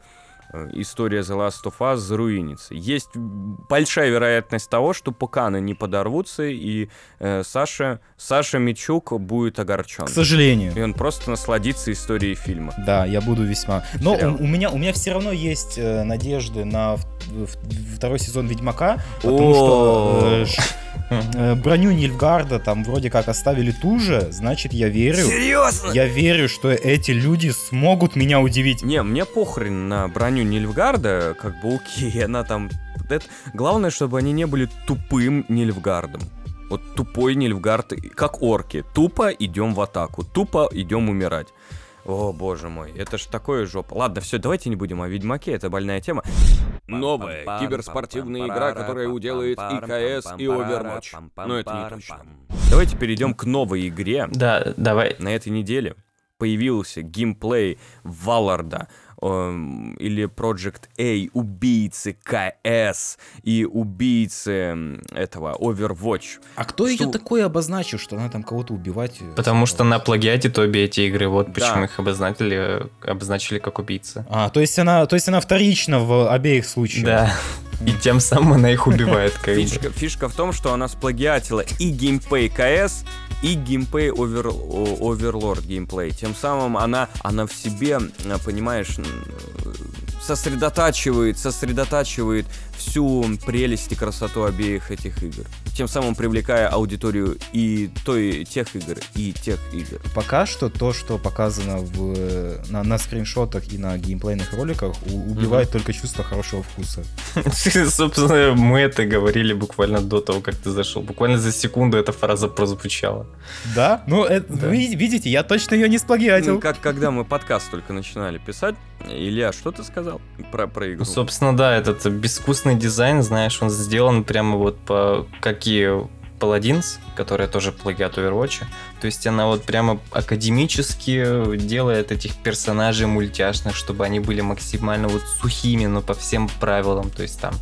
S1: э, история The Last of Us заруинится. Есть большая вероятность того, что пуканы не подорвутся, и э, Саша, Саша Мичук будет огорчен.
S6: К сожалению.
S1: И он просто насладится историей фильма.
S6: Да, я буду весьма. Но
S1: Сериал.
S6: у, у меня у меня все равно есть э, надежды на в- в- второй сезон Ведьмака,
S1: О.
S6: потому что э, ш- э, броню Нильфгарда там вроде как оставили ту же, значит я верю.
S1: Серьезно?
S6: Я верю, что эти люди смогут меня удивить.
S1: Не, мне похрен на броню Нильфгарда, как бы окей, она там... это- Главное, чтобы они не были тупым Нильфгардом. Вот тупой Нильфгард, как орки. Тупо идем в атаку, тупо идем умирать. О, боже мой, это ж такое жопа. Ладно, все, давайте не будем о Ведьмаке, это больная тема.
S2: Новая киберспортивная игра, которая уделает и КС, и Overwatch. Но это не точно.
S1: Давайте перейдем к новой игре
S5: Да, давай.
S1: на этой неделе. появился геймплей Валларда эм, или Project A, убийцы КС и убийцы м, этого Overwatch.
S6: А кто
S1: Что-
S6: ее такое обозначил, что она там кого-то убивать? э,
S5: Потому что
S6: собралась?
S5: на плагиате то обе эти игры, вот почему
S1: Да.
S5: их обозначили, обозначили как убийцы.
S6: А, то есть она, то есть она вторична в обеих случаях.
S5: Да. И тем самым она их убивает, как бы.
S1: Фишка, фишка в том, что она сплагиатила и геймплей КС, и геймплей овер, о- Overlord геймплей. Тем самым она, она в себе, э, понимаешь, м, э, сосредотачивает, сосредотачивает всю прелесть и красоту обеих этих игр. Тем самым привлекая аудиторию и той, тех игр, и тех игр.
S6: Пока что то, что показано в, э, на, на скриншотах и на геймплейных роликах, у- убивает только чувство хорошего вкуса.
S5: Собственно, мы это говорили буквально до того, как ты зашел. Буквально за секунду эта фраза прозвучала.
S6: Да? Ну, это-
S5: Да.
S6: ви- видите, я точно ее не
S1: Ну,
S6: сплагиатил.
S1: Как когда мы подкаст только начинали писать, Илья, что ты сказал про, про игру?
S5: Ну, собственно, да, этот безвкусный дизайн, знаешь, он сделан прямо вот по... Какие Paladins, которая тоже плагиат Overwatch. То есть она вот прямо академически делает этих персонажей мультяшных, чтобы они были максимально вот сухими, но по всем правилам. То есть там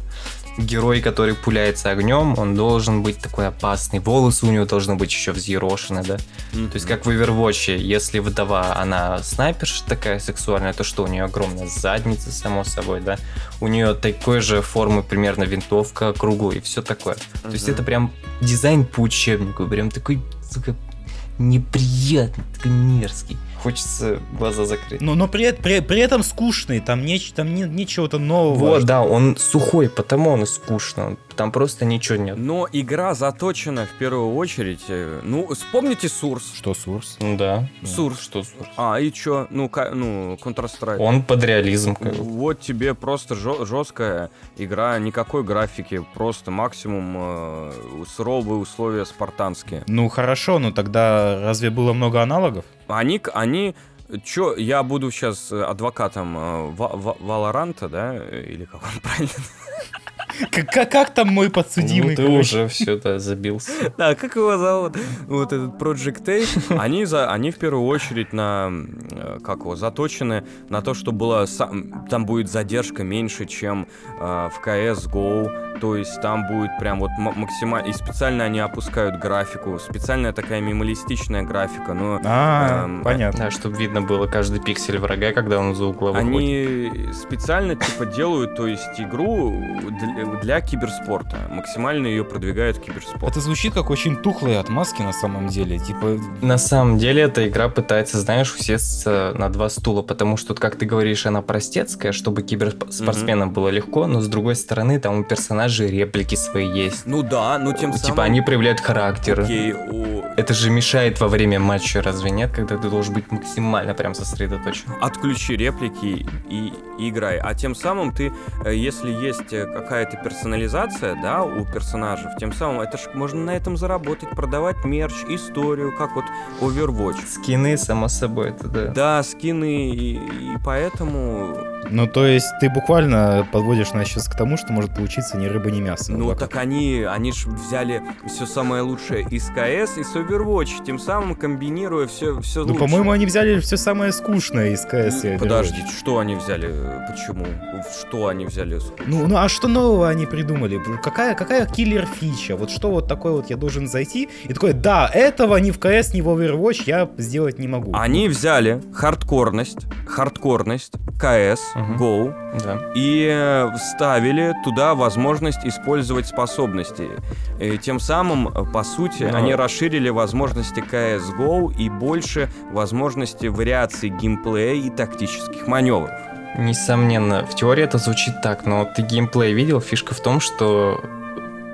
S5: герой, который пуляется огнем, он должен быть такой опасный. Волосы у него должны быть еще взъерошены, да.
S1: Мгм.
S5: То есть как в Overwatch, если вдова, она снайперша такая сексуальная, то что у нее огромная задница, само собой, да? У нее такой же формы примерно винтовка, круглый и все такое. То есть
S1: Мгм.
S5: это прям дизайн по учебнику, прям такой, сука, неприятный, такой мерзкий. Хочется глаза закрыть.
S6: Но, но при, при, при этом скучный, там, неч, там не, нечего-то нового.
S5: Вот, да, он сухой, потому он и скучно. Там просто ничего нет.
S1: Но игра заточена в первую очередь. э, Ну, вспомните Сурс.
S6: Что, Сурс?
S5: Ну Да.
S1: Сурс.
S5: Что Сурс?
S1: А, и чё? Ну, ка- ну, Counter-Strike.
S5: Он под реализм. как бы.
S1: Вот тебе просто жесткая игра, никакой графики, просто максимум э, суровые условия спартанские.
S6: Ну, хорошо, но тогда разве было много аналогов?
S1: Они, к- они, чё, я буду сейчас адвокатом э, Ва- Ва- Валоранта, да, э, или как он правильно?
S6: Как, как, как там мой подсудимый?
S5: Ну, ты
S6: короче?
S5: уже все, да, забился.
S1: Да, как его зовут? Вот этот Project A. Они, за, они в первую очередь на, э, как его, заточены на то, что было сам- там будет задержка меньше, чем э, в CSGO. То есть там будет прям вот максимально... И специально они опускают графику. Специальная такая минималистичная графика. Но
S6: А,
S1: Эм,
S6: понятно.
S5: Да, чтобы видно было каждый пиксель врага, когда он за угла выходит.
S1: Они специально типа делают, то есть игру для, для киберспорта. Максимально ее продвигают в киберспорт.
S6: Это звучит как очень тухлые отмазки на самом деле. Типа,
S5: На самом деле эта игра пытается, знаешь, усесться на два стула, потому что, вот, как ты говоришь, она простецкая, чтобы киберспортсменам было легко, но с другой стороны, там у персонажей реплики свои есть.
S1: Ну да, ну тем
S5: типа
S1: самым...
S5: они проявляют характер.
S1: Окей, у-
S5: Это же мешает во время матча, разве нет, когда ты должен быть максимально прям сосредоточен.
S1: отключи реплики и играй. А тем самым ты, э, если есть э, какая-то персонализация, да, у персонажей, тем самым это ж можно на этом заработать, продавать мерч, историю, как вот Overwatch.
S5: Скины, само собой, это да.
S1: Да, скины, и, и поэтому...
S6: ну то есть ты буквально подводишь нас сейчас к тому, что может получиться ни рыба, ни мясо.
S1: Ну,
S6: как
S1: так они, они ж взяли все самое лучшее из КС и с Overwatch, тем самым комбинируя все, все
S6: Ну, по-моему, они взяли все самое скучное из КС. и
S1: Подождите, что они взяли? э, Почему? Что они взяли? с-
S6: Overwatch. Ну, ну а что нового они придумали? Какая, какая киллер фича? Вот что вот такое вот я должен зайти? И такой, да, этого ни в КС, ни в Overwatch я сделать не могу.
S1: Они взяли хардкорность, хардкорность, КС,
S5: Мгм.
S1: Go
S5: Да.
S1: и э, вставили туда возможность использовать способности. И тем самым, э, по сути,
S5: Ну Да.
S1: они расширили возможности КС Go и больше возможности вариаций геймплея и тактических маневров.
S5: Несомненно, в теории это звучит так, но ты геймплей видел, фишка в том, что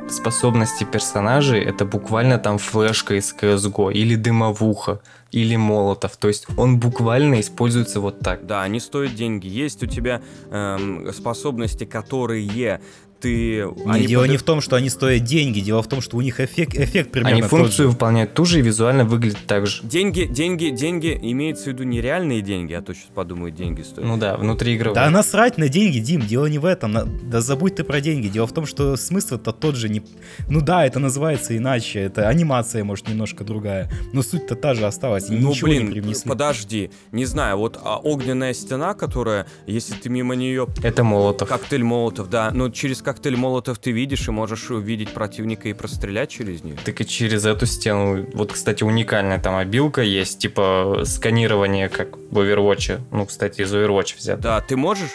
S5: способности персонажей это буквально там флешка из CSGO или дымовуха или молотов, то есть он буквально используется вот так.
S1: Да, они стоят деньги. Есть у тебя эм, способности, которые ты...
S6: Не,
S1: они
S6: дело
S1: под-
S6: не в том, что они стоят деньги, дело в том, что у них эффект, эффект примерно
S5: Они
S6: тот же.
S5: функцию выполняют ту же и визуально выглядят так же.
S1: Деньги, деньги, деньги, имеется в виду не реальные деньги, а то сейчас подумают, деньги стоят.
S5: Ну да, внутри игры.
S6: Да насрать на деньги, Дим, дело не в этом. на- Да забудь ты про деньги. Дело в том, что смысл-то тот же не... Ну да, это называется иначе. Это анимация, может, немножко другая. Но суть-то та же осталась. и
S1: Ну,
S6: ничего не
S1: блин,
S6: привнесли.
S1: подожди, не знаю, вот а, огненная стена, которая, если ты мимо нее
S5: Это Молотов.
S1: коктейль молотов, да, но через коктейль молотов ты видишь и можешь увидеть противника и прострелять через нее.
S5: Так и через эту стену. Вот, кстати, уникальная там обилка есть, типа сканирование, как в Overwatch. Ну, кстати, из Overwatch взят.
S1: Да, ты можешь...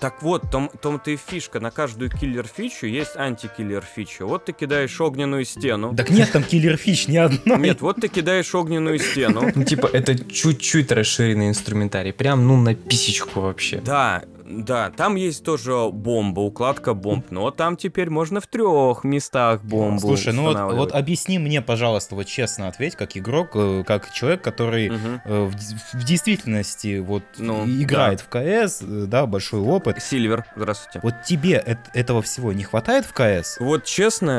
S1: Так вот, том, том-то и фишка. На каждую киллер-фичу есть антикиллер-фича. Вот ты кидаешь огненную стену.
S6: Так нет там киллер фич ни одной.
S1: Нет, вот ты кидаешь огненную стену.
S5: Ну, типа, это чуть-чуть расширенный инструментарий. Прям, ну, на писечку вообще.
S1: Да, да, там есть тоже бомба, укладка бомб, но там теперь можно в трех местах бомбу
S6: Слушай, ну вот, вот
S1: устанавливать.
S6: объясни мне, пожалуйста, вот честно ответь, как игрок, э, как человек, который
S1: Мгм.
S6: э, в, д- в действительности вот
S1: Ну,
S6: и- играет в КС, э, да, большой опыт.
S1: Сильвер, здравствуйте.
S6: Вот тебе эт- этого всего не хватает в КС?
S1: Вот честно,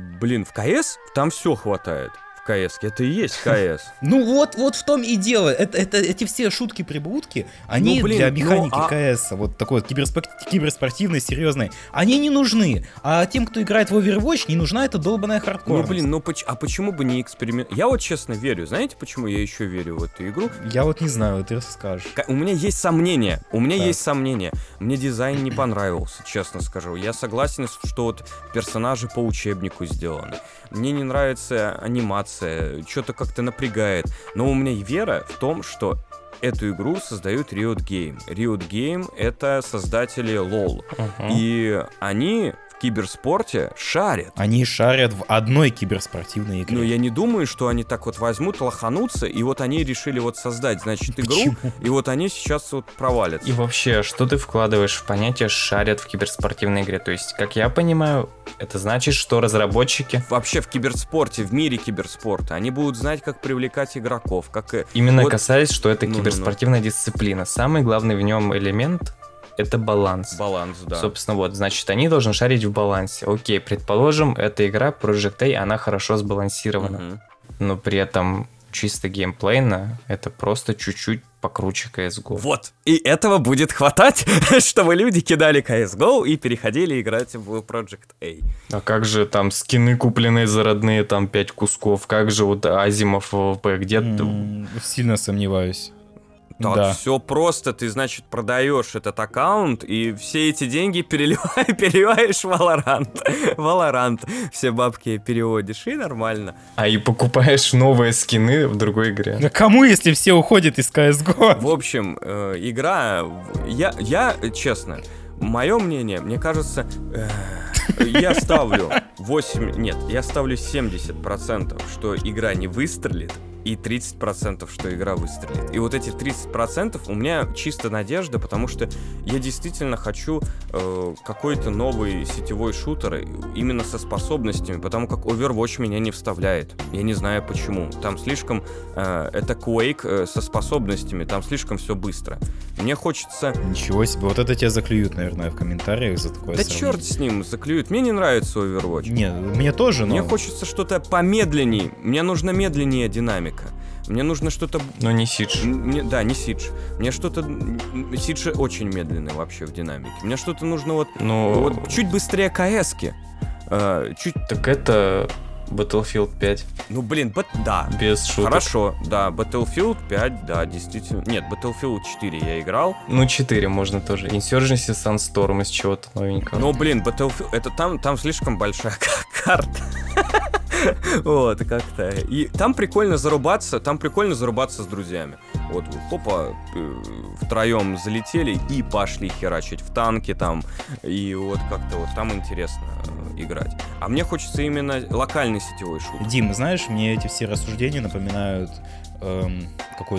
S1: э, блин, в КС там все хватает. В КС, это и есть КС.
S6: Ну вот, вот в том и дело. Это, это- эти все шутки-прибудки, они
S1: Ну, блин,
S6: для
S1: ну,
S6: механики
S1: а-
S6: КС, вот такой вот киберспо- киберспортивной, серьезной, они не нужны. А тем, кто играет в Overwatch, не нужна эта долбаная хардкор.
S1: Ну блин, ну поч- а почему бы не эксперимент? Я вот честно верю, знаете, почему я еще верю в эту игру?
S6: Я вот не знаю, ты расскажешь.
S1: Ка- У меня есть сомнения. У меня
S6: Так.
S1: есть сомнения. Мне дизайн не понравился, честно скажу. Я согласен, что вот персонажи по учебнику сделаны. Мне не нравится анимация, что-то как-то напрягает. Но у меня и вера в том, что эту игру создают Riot Game. Riot Game — это создатели LoL.
S5: Мгм.
S1: И они в киберспорте шарят.
S6: Они шарят в одной киберспортивной игре.
S1: Но я не думаю, что они так вот возьмут, лоханутся, и вот они решили вот создать, значит, игру,
S6: Почему?
S1: и вот они сейчас вот провалятся.
S5: И вообще, что ты вкладываешь в понятие «шарят в киберспортивной игре»? То есть, как я понимаю, это значит, что разработчики
S1: вообще в киберспорте, в мире киберспорта. Они будут знать, как привлекать игроков, как... э, ну,
S5: именно
S1: Вот-
S5: касались, что это
S1: Ну-ну-ну.
S5: киберспортивная дисциплина. Самый главный в нем элемент — это баланс.
S1: Баланс, да.
S5: Собственно, вот, значит, они должны шарить в балансе. Окей, предположим, эта игра Project A, она хорошо сбалансирована.
S1: Мгм.
S5: Но при этом чисто геймплейно это просто чуть-чуть покруче CSGO.
S1: Вот. И этого будет хватать, чтобы люди кидали CSGO и переходили играть в Project A.
S5: А как же там скины купленные за родные, там, пять кусков? Как же вот Азимов в ВВП? Где ты-
S6: М, Сильно сомневаюсь.
S1: Так,
S6: Да.
S1: все просто. Ты, значит, продаешь этот аккаунт и все эти деньги переливаешь, переливаешь в Valorant. Valorant. Все бабки переводишь, и нормально.
S5: А и покупаешь новые скины в другой игре.
S6: Да кому, если все уходят из CSGO?
S1: В общем, э, игра... в- Я, я, э, честно, мое мнение, мне кажется, э, я ставлю 8... Нет, я ставлю 70%, что игра не выстрелит, и 30%, что игра выстрелит. И вот эти 30% у меня чисто надежда, потому что я действительно хочу э, какой-то новый сетевой шутер э, именно со способностями, потому как Overwatch меня не вставляет. Я не знаю почему. Там слишком... э, это Quake э, со способностями, там слишком все быстро. Мне хочется...
S6: Ничего себе, вот это тебя заклюют, наверное, в комментариях за такое
S1: Да
S6: сравнение.
S1: черт с ним, заклюют. Мне не нравится Overwatch.
S6: Не, мне тоже, но...
S1: Мне хочется что-то помедленней. Мне нужна медленнее динамика. Мне нужно что-то...
S5: Но Ну, не Сидж.
S1: м, мне- да, не Сидж. Мне что-то... Сидж очень медленный вообще в динамике. Мне что-то нужно вот...
S5: Ну,
S1: Вот чуть быстрее КСки. Э, чуть...
S5: так это Battlefield 5
S1: Ну, блин, бат... Да.
S5: без шуток.
S1: Хорошо, да, Battlefield 5, да, действительно. Нет, Battlefield 4 я играл.
S5: Ну, 4 можно тоже. Insurgency Sunstorm из чего-то новенького.
S1: Но, Ну, блин, Battlefield, это там, там слишком большая кар- карта. Вот, как-то. И там прикольно зарубаться, там прикольно зарубаться с друзьями. Вот, опа, э, втроем залетели и пошли херачить в танке там. И вот как-то вот там интересно э, играть. А мне хочется именно локальный сетевой шут.
S6: Дим, знаешь, мне эти все рассуждения напоминают эм, какой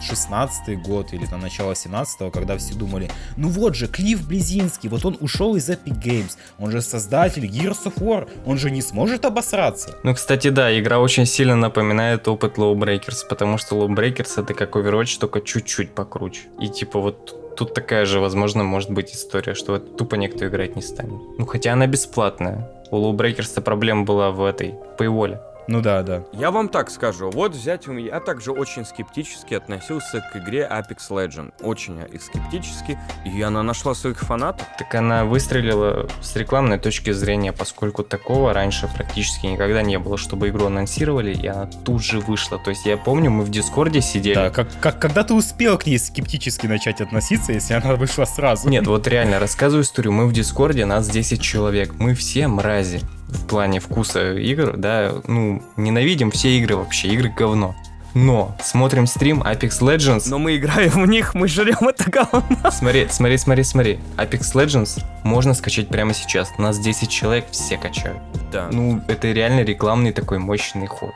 S6: 2016 год или там начало 17 когда все думали, ну вот же, Клифф Близинский, вот он ушел из Epic Games, он же создатель Gears of War, он же не сможет обосраться.
S5: Ну, кстати, да, игра очень сильно напоминает опыт Low Breakers, потому что Low Breakers это как Overwatch, только чуть-чуть покруче. И типа вот тут такая же, возможно, может быть история, что вот тупо никто играть не станет. Ну, хотя она бесплатная. У Лоу Брейкерса проблема была в этой пейволе.
S6: Ну да, да.
S1: Я вам так скажу, вот взять, у меня- я также очень скептически относился к игре Apex Legend. Очень и скептически, и она нашла своих фанатов.
S5: Так она выстрелила с рекламной точки зрения, поскольку такого раньше практически никогда не было, чтобы игру анонсировали, и она тут же вышла. То есть я помню, мы в Дискорде сидели.
S6: Да, как, как, когда ты успел к ней скептически начать относиться, если она вышла сразу?
S5: Нет, вот реально, рассказываю историю. Мы в Дискорде, нас 10 человек. Мы все мрази в плане вкуса игр, да. Ну, ненавидим все игры вообще, игры говно. Но смотрим стрим Apex Legends,
S1: Но мы играем в них, мы жрем это говно.
S5: Смотри, смотри, смотри, смотри. Apex Legends можно скачать прямо сейчас. Нас 10 человек, все качают.
S1: Да.
S5: Ну, это реально рекламный такой мощный ход.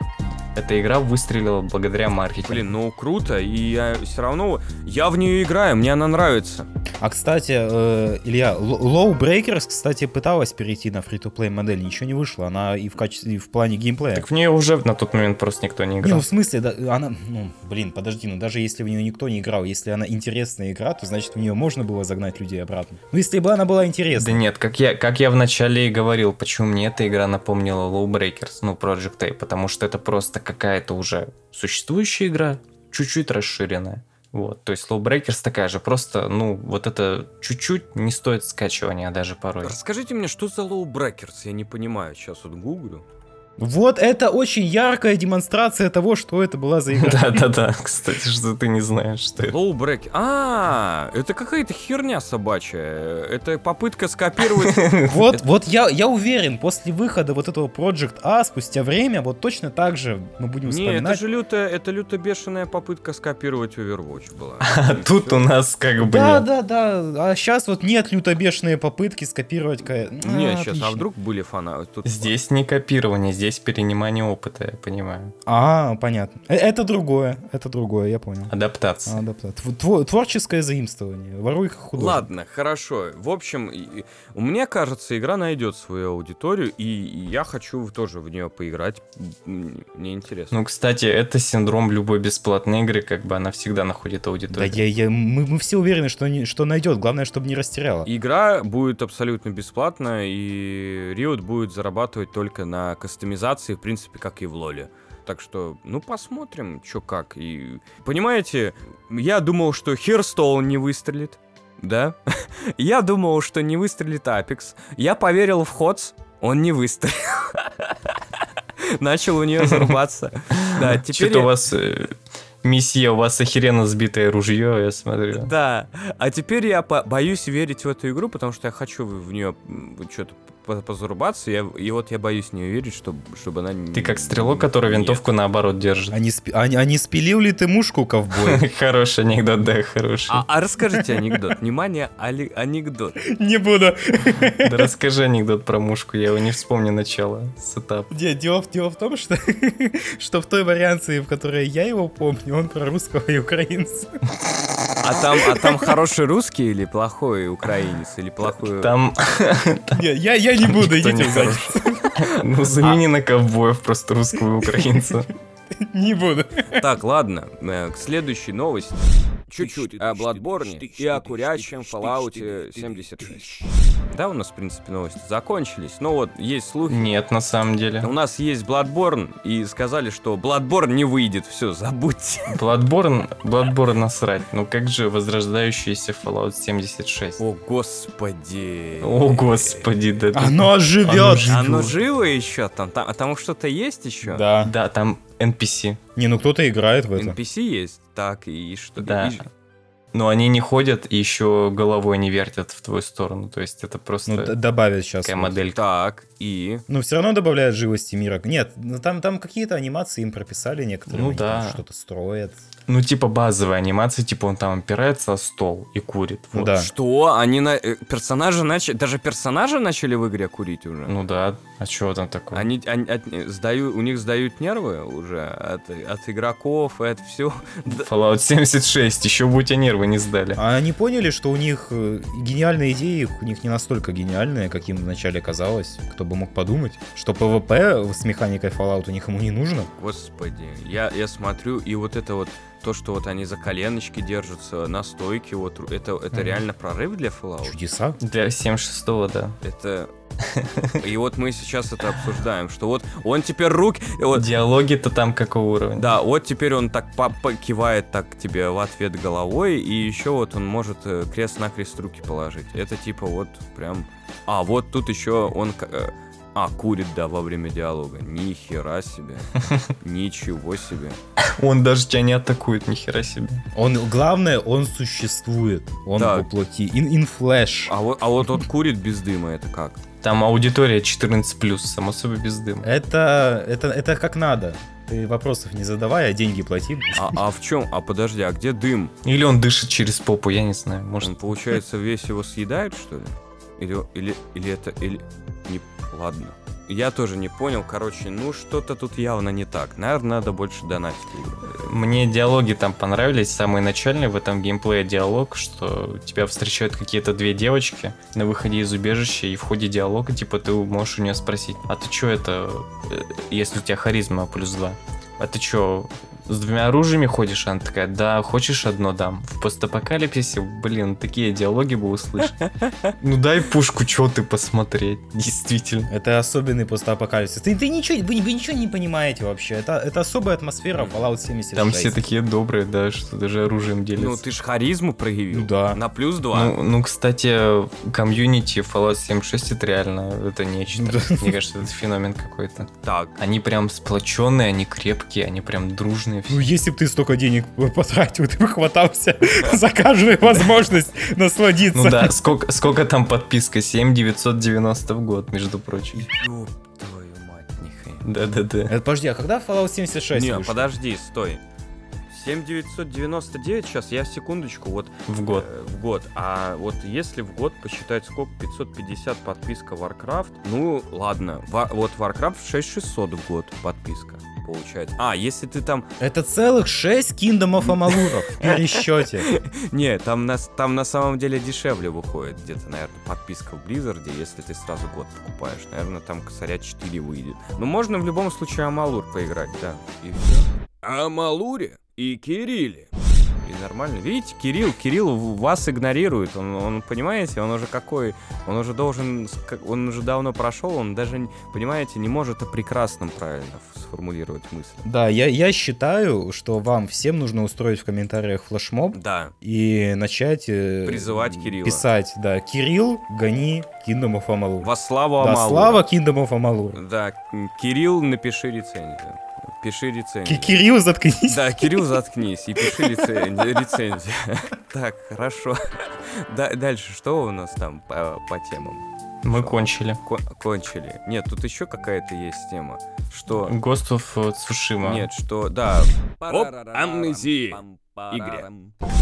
S5: Эта игра выстрелила благодаря маркетингу.
S1: Блин, ну круто, и я все равно, я в нее играю, мне она нравится.
S6: А, кстати, э, Илья, Low Breakers, кстати, пыталась перейти на фри-то-плей модель, ничего не вышло, она и в качестве, и в плане геймплея.
S5: Так в нее уже на тот момент просто никто не
S6: Не, ну
S5: играл.
S6: в смысле, да, она, ну, блин, подожди, ну даже если в нее никто не играл, если она интересная игра, то значит в нее можно было загнать людей обратно. Ну если бы она была
S5: Да
S6: интересна.
S5: нет, как я, как я вначале и говорил, почему мне эта игра напомнила Low Breakers, ну, Project A, потому что это просто какая-то уже существующая игра, чуть-чуть расширенная. Вот, то есть Low Breakers такая же, просто, ну, вот это чуть-чуть не стоит скачивания даже порой.
S1: Расскажите мне, что за Low Breakers? Я не понимаю, сейчас вот гуглю.
S6: Вот это очень яркая демонстрация того, что это была за игра.
S5: Да-да-да, кстати, что ты не знаешь, что это.
S1: Low Break. А, это какая-то херня собачья. Это попытка скопировать...
S6: Вот, вот я, я уверен, после выхода вот этого Project A, спустя время, вот точно так же мы будем
S1: Не, это
S6: вспоминать.
S1: же лютая, это люто бешеная попытка скопировать Overwatch была.
S5: А тут у нас как бы
S6: Да,
S5: нет.
S6: да, да. А сейчас вот нет лютобешные попытки скопировать КС.
S1: Не, сейчас, а вдруг были фанаты? Тут-
S5: Здесь не копирование, здесь перенимание опыта, я понимаю.
S6: А, понятно. Э, Это другое, это другое, я понял.
S5: Адаптация.
S6: А, да, да. Тв- тво- Творческое заимствование. Воруй как художник.
S1: Ладно, хорошо. В общем, и- и- у меня кажется, игра найдет свою аудиторию, и и я хочу тоже в нее поиграть. М, Мне интересно.
S5: Ну, кстати, это синдром любой бесплатной игры, как бы она всегда находит
S6: Да,
S5: аудиторию.
S6: я, я- мы, мы все уверены, что, не- что найдет. Главное, чтобы не растеряла.
S1: Игра будет абсолютно бесплатна, и Riot будет зарабатывать только на кастомизации, в принципе, как и в Лоле. Так что, ну, посмотрим, чё как. И, понимаете, я думал, что Херстоун не выстрелит, да? Я думал, что не выстрелит Апекс. Я поверил в Ходс, он не выстрелил. Начал у нее зарубаться. Да, теперь... я-
S5: Что-то у вас, э, месье, у вас охеренно сбитое ружье, я смотрю.
S1: Да, а теперь я по- боюсь верить в эту игру, потому что я хочу в, нее что-то позарубаться, я- и вот я боюсь в нее верить, чтобы, чтобы она... не-
S5: Ты как стрелок, который
S1: Нет.
S5: винтовку наоборот держит.
S6: А не, спи- а не- а не спилил ли ты мушку, ковбой?
S5: Хороший анекдот, да, хороший.
S1: А, а расскажите анекдот. Внимание, али- анекдот.
S6: Не буду.
S5: Да расскажи анекдот про мушку, я его не вспомню начало. Сетап.
S6: Не, дело, в- дело в том, что, что в той вариации, в которой я его помню, он про русского и украинца.
S1: А там, а там хороший русский или плохой украинец, или плохой...
S5: Там
S6: Не, я, я не буду,
S5: никто
S6: идите
S5: не
S6: в задницу.
S5: хорош. Ну, замени на ковбоев просто русского и украинца.
S6: Не буду.
S1: Так, ладно, э, к следующей новости. Чуть-чуть о Бладборне и о курящем Fallout 76. Да, у нас, в принципе, новости закончились, но вот есть слухи,
S5: Нет, на самом деле.
S1: У нас есть Bloodborne, и сказали, что Bloodborne не выйдет, все, забудьте.
S5: Bloodborne, Bloodborne насрать. Ну как же возрождающийся Fallout 76?
S1: О, господи.
S5: О, господи, да.
S1: А.
S5: ты-
S6: Оно живет.
S5: живет.
S1: Оно живо еще там? Там, а там что-то есть еще?
S6: Да.
S5: Да, там NPC.
S6: Не, ну кто-то играет в это.
S1: NPC есть? Так, и что?
S5: Да.
S1: и ж-
S5: Но они не ходят и еще головой не вертят в твою сторону. То есть это
S6: Ну, д-
S5: просто
S6: добавят сейчас.
S5: такая моделька.
S1: Так, и...
S6: Ну, все равно добавляют живости мира. Нет, ну, там, там какие-то анимации им прописали некоторые.
S5: Ну
S6: они там
S5: да.
S6: Что-то строят.
S5: Ну типа базовая анимация, типа он там опирается о стол и курит.
S6: Ну
S5: Вот.
S6: да.
S1: Что? Они на... э, Персонажи начали... Даже персонажи начали в игре курить уже?
S5: Ну да, а чего там такое?
S1: Они, они- от- э, сдаю- у них сдают нервы уже от, от игроков, от всего.
S5: Fallout 76, еще бы у тебя нервы не сдали.
S6: А они поняли, что у них э, гениальные идеи, у них не настолько гениальные, как им вначале казалось. Кто бы мог подумать, что ПВП с механикой Fallout у них ему не нужно.
S1: Господи, я, я смотрю, и вот это вот то, что вот они за коленочки держатся, на стойке, вот, это, это
S6: Мгм.
S1: реально прорыв для Fallout.
S6: Чудеса.
S5: Для 76-го, да.
S1: Это... И вот мы сейчас это обсуждаем, что вот он теперь руки... Вот,
S5: Диалоги-то там какого уровня?
S1: да, вот теперь он так па- па- кивает так тебе в ответ головой, и еще вот он может э, крест-накрест руки положить. Это типа вот прям... А, вот тут еще он... к- э, А, курит, да, во время диалога. Ни хера себе. Ничего себе.
S5: Он даже тебя не атакует, нихера себе.
S7: Он, главное, он существует. Он
S1: Да.
S7: по плоти. In, in flash.
S1: А вот, а вот он курит без дыма, это как?
S5: Там аудитория 14+, само собой без дыма.
S7: Это, это, это как надо. Ты вопросов не задавай, а деньги плати.
S1: А, а в чем? А подожди, а где дым?
S5: Или он дышит через попу, я не знаю.
S1: Он,
S5: Может,
S1: получается, весь его съедает, что ли? Или, или, или это... Или... Не... Ладно. Я тоже не понял, короче, ну что-то тут явно не так. Наверное, надо больше донатить игру.
S5: мне диалоги там понравились. Самый начальный в этом геймплее диалог, что тебя встречают какие-то две девочки на выходе из убежища, и в ходе диалога, типа, ты можешь у нее спросить, а ты чё это, э, если у тебя харизма плюс два? А ты чё, с двумя оружиями ходишь? Она такая, да, хочешь одно дам. В постапокалипсисе, блин, такие диалоги бы услышать. Ну дай пушку, чё ты посмотреть, действительно.
S7: Это особенный постапокалипсис. Ты, ты ничего, вы, вы ничего не понимаете вообще. Это, это особая атмосфера Fallout 76.
S5: Там все такие добрые, да, что даже оружием делятся.
S1: Ну ты ж харизму проявил.
S7: Ну да.
S1: На плюс два.
S5: Ну, ну, кстати, комьюнити Fallout 76 это реально, это нечто. Мне кажется, это феномен какой-то.
S1: Так.
S5: Они прям сплоченные, они крепкие, они прям дружные.
S6: Ну, если бы ты столько денег потратил, ты бы хватался за каждую возможность насладиться.
S5: Ну да, сколько, сколько там подписка? 7990 в год, между прочим.
S1: Ёб твою мать, нихрена.
S5: Да-да-да.
S7: Э, Подожди, а когда Fallout 76
S1: Не,
S7: вышел?
S1: подожди, стой. 7999 сейчас, я секундочку, вот
S5: В год.
S1: Э, в год. А вот если в год посчитать, сколько 550 подписка Warcraft, ну ладно, Ва- вот Warcraft 6600 в год подписка получается. А, если ты там...
S7: Это целых 6 Kingdom of Amalur в пересчете.
S1: Не, там на, с- там на самом деле дешевле выходит где-то, наверное, подписка в Blizzard, если ты сразу год покупаешь. Наверное, там косаря 4 выйдет. Ну, можно в любом случае Амалур поиграть, да. И все. Амалуре и Кирилле. И нормально. Видите, Кирилл, Кирилл в- вас игнорирует. Он, он, понимаете, он уже какой, он уже должен, с- как- он уже давно прошел, он даже, н- понимаете, не может о прекрасном правильно ф- сформулировать мысль.
S7: Да, я, я считаю, что вам всем нужно устроить в комментариях флешмоб
S1: Да,
S7: и начать... э,
S1: Призывать Кирилла.
S7: Писать, да. Кирилл, гони Kingdom of Amalur.
S1: во славу
S7: Да,
S1: Амалура.
S7: слава Kingdom of Amalur.
S1: Да, м, Кирилл, напиши рецензию. Пиши
S7: Ки-
S1: рецензию.
S7: Кирилл, заткнись.
S1: Да, Кирилл, заткнись и пиши рецензию. рецензию. Так, хорошо. Да- Дальше, что у нас там по по темам?
S5: Мы кончили.
S1: Ко- Кончили. Нет, тут еще какая-то есть тема. Что...
S5: Ghost of Tsushima.
S1: Нет,
S7: а.
S1: что... Да. Оп, амнезии. Игре.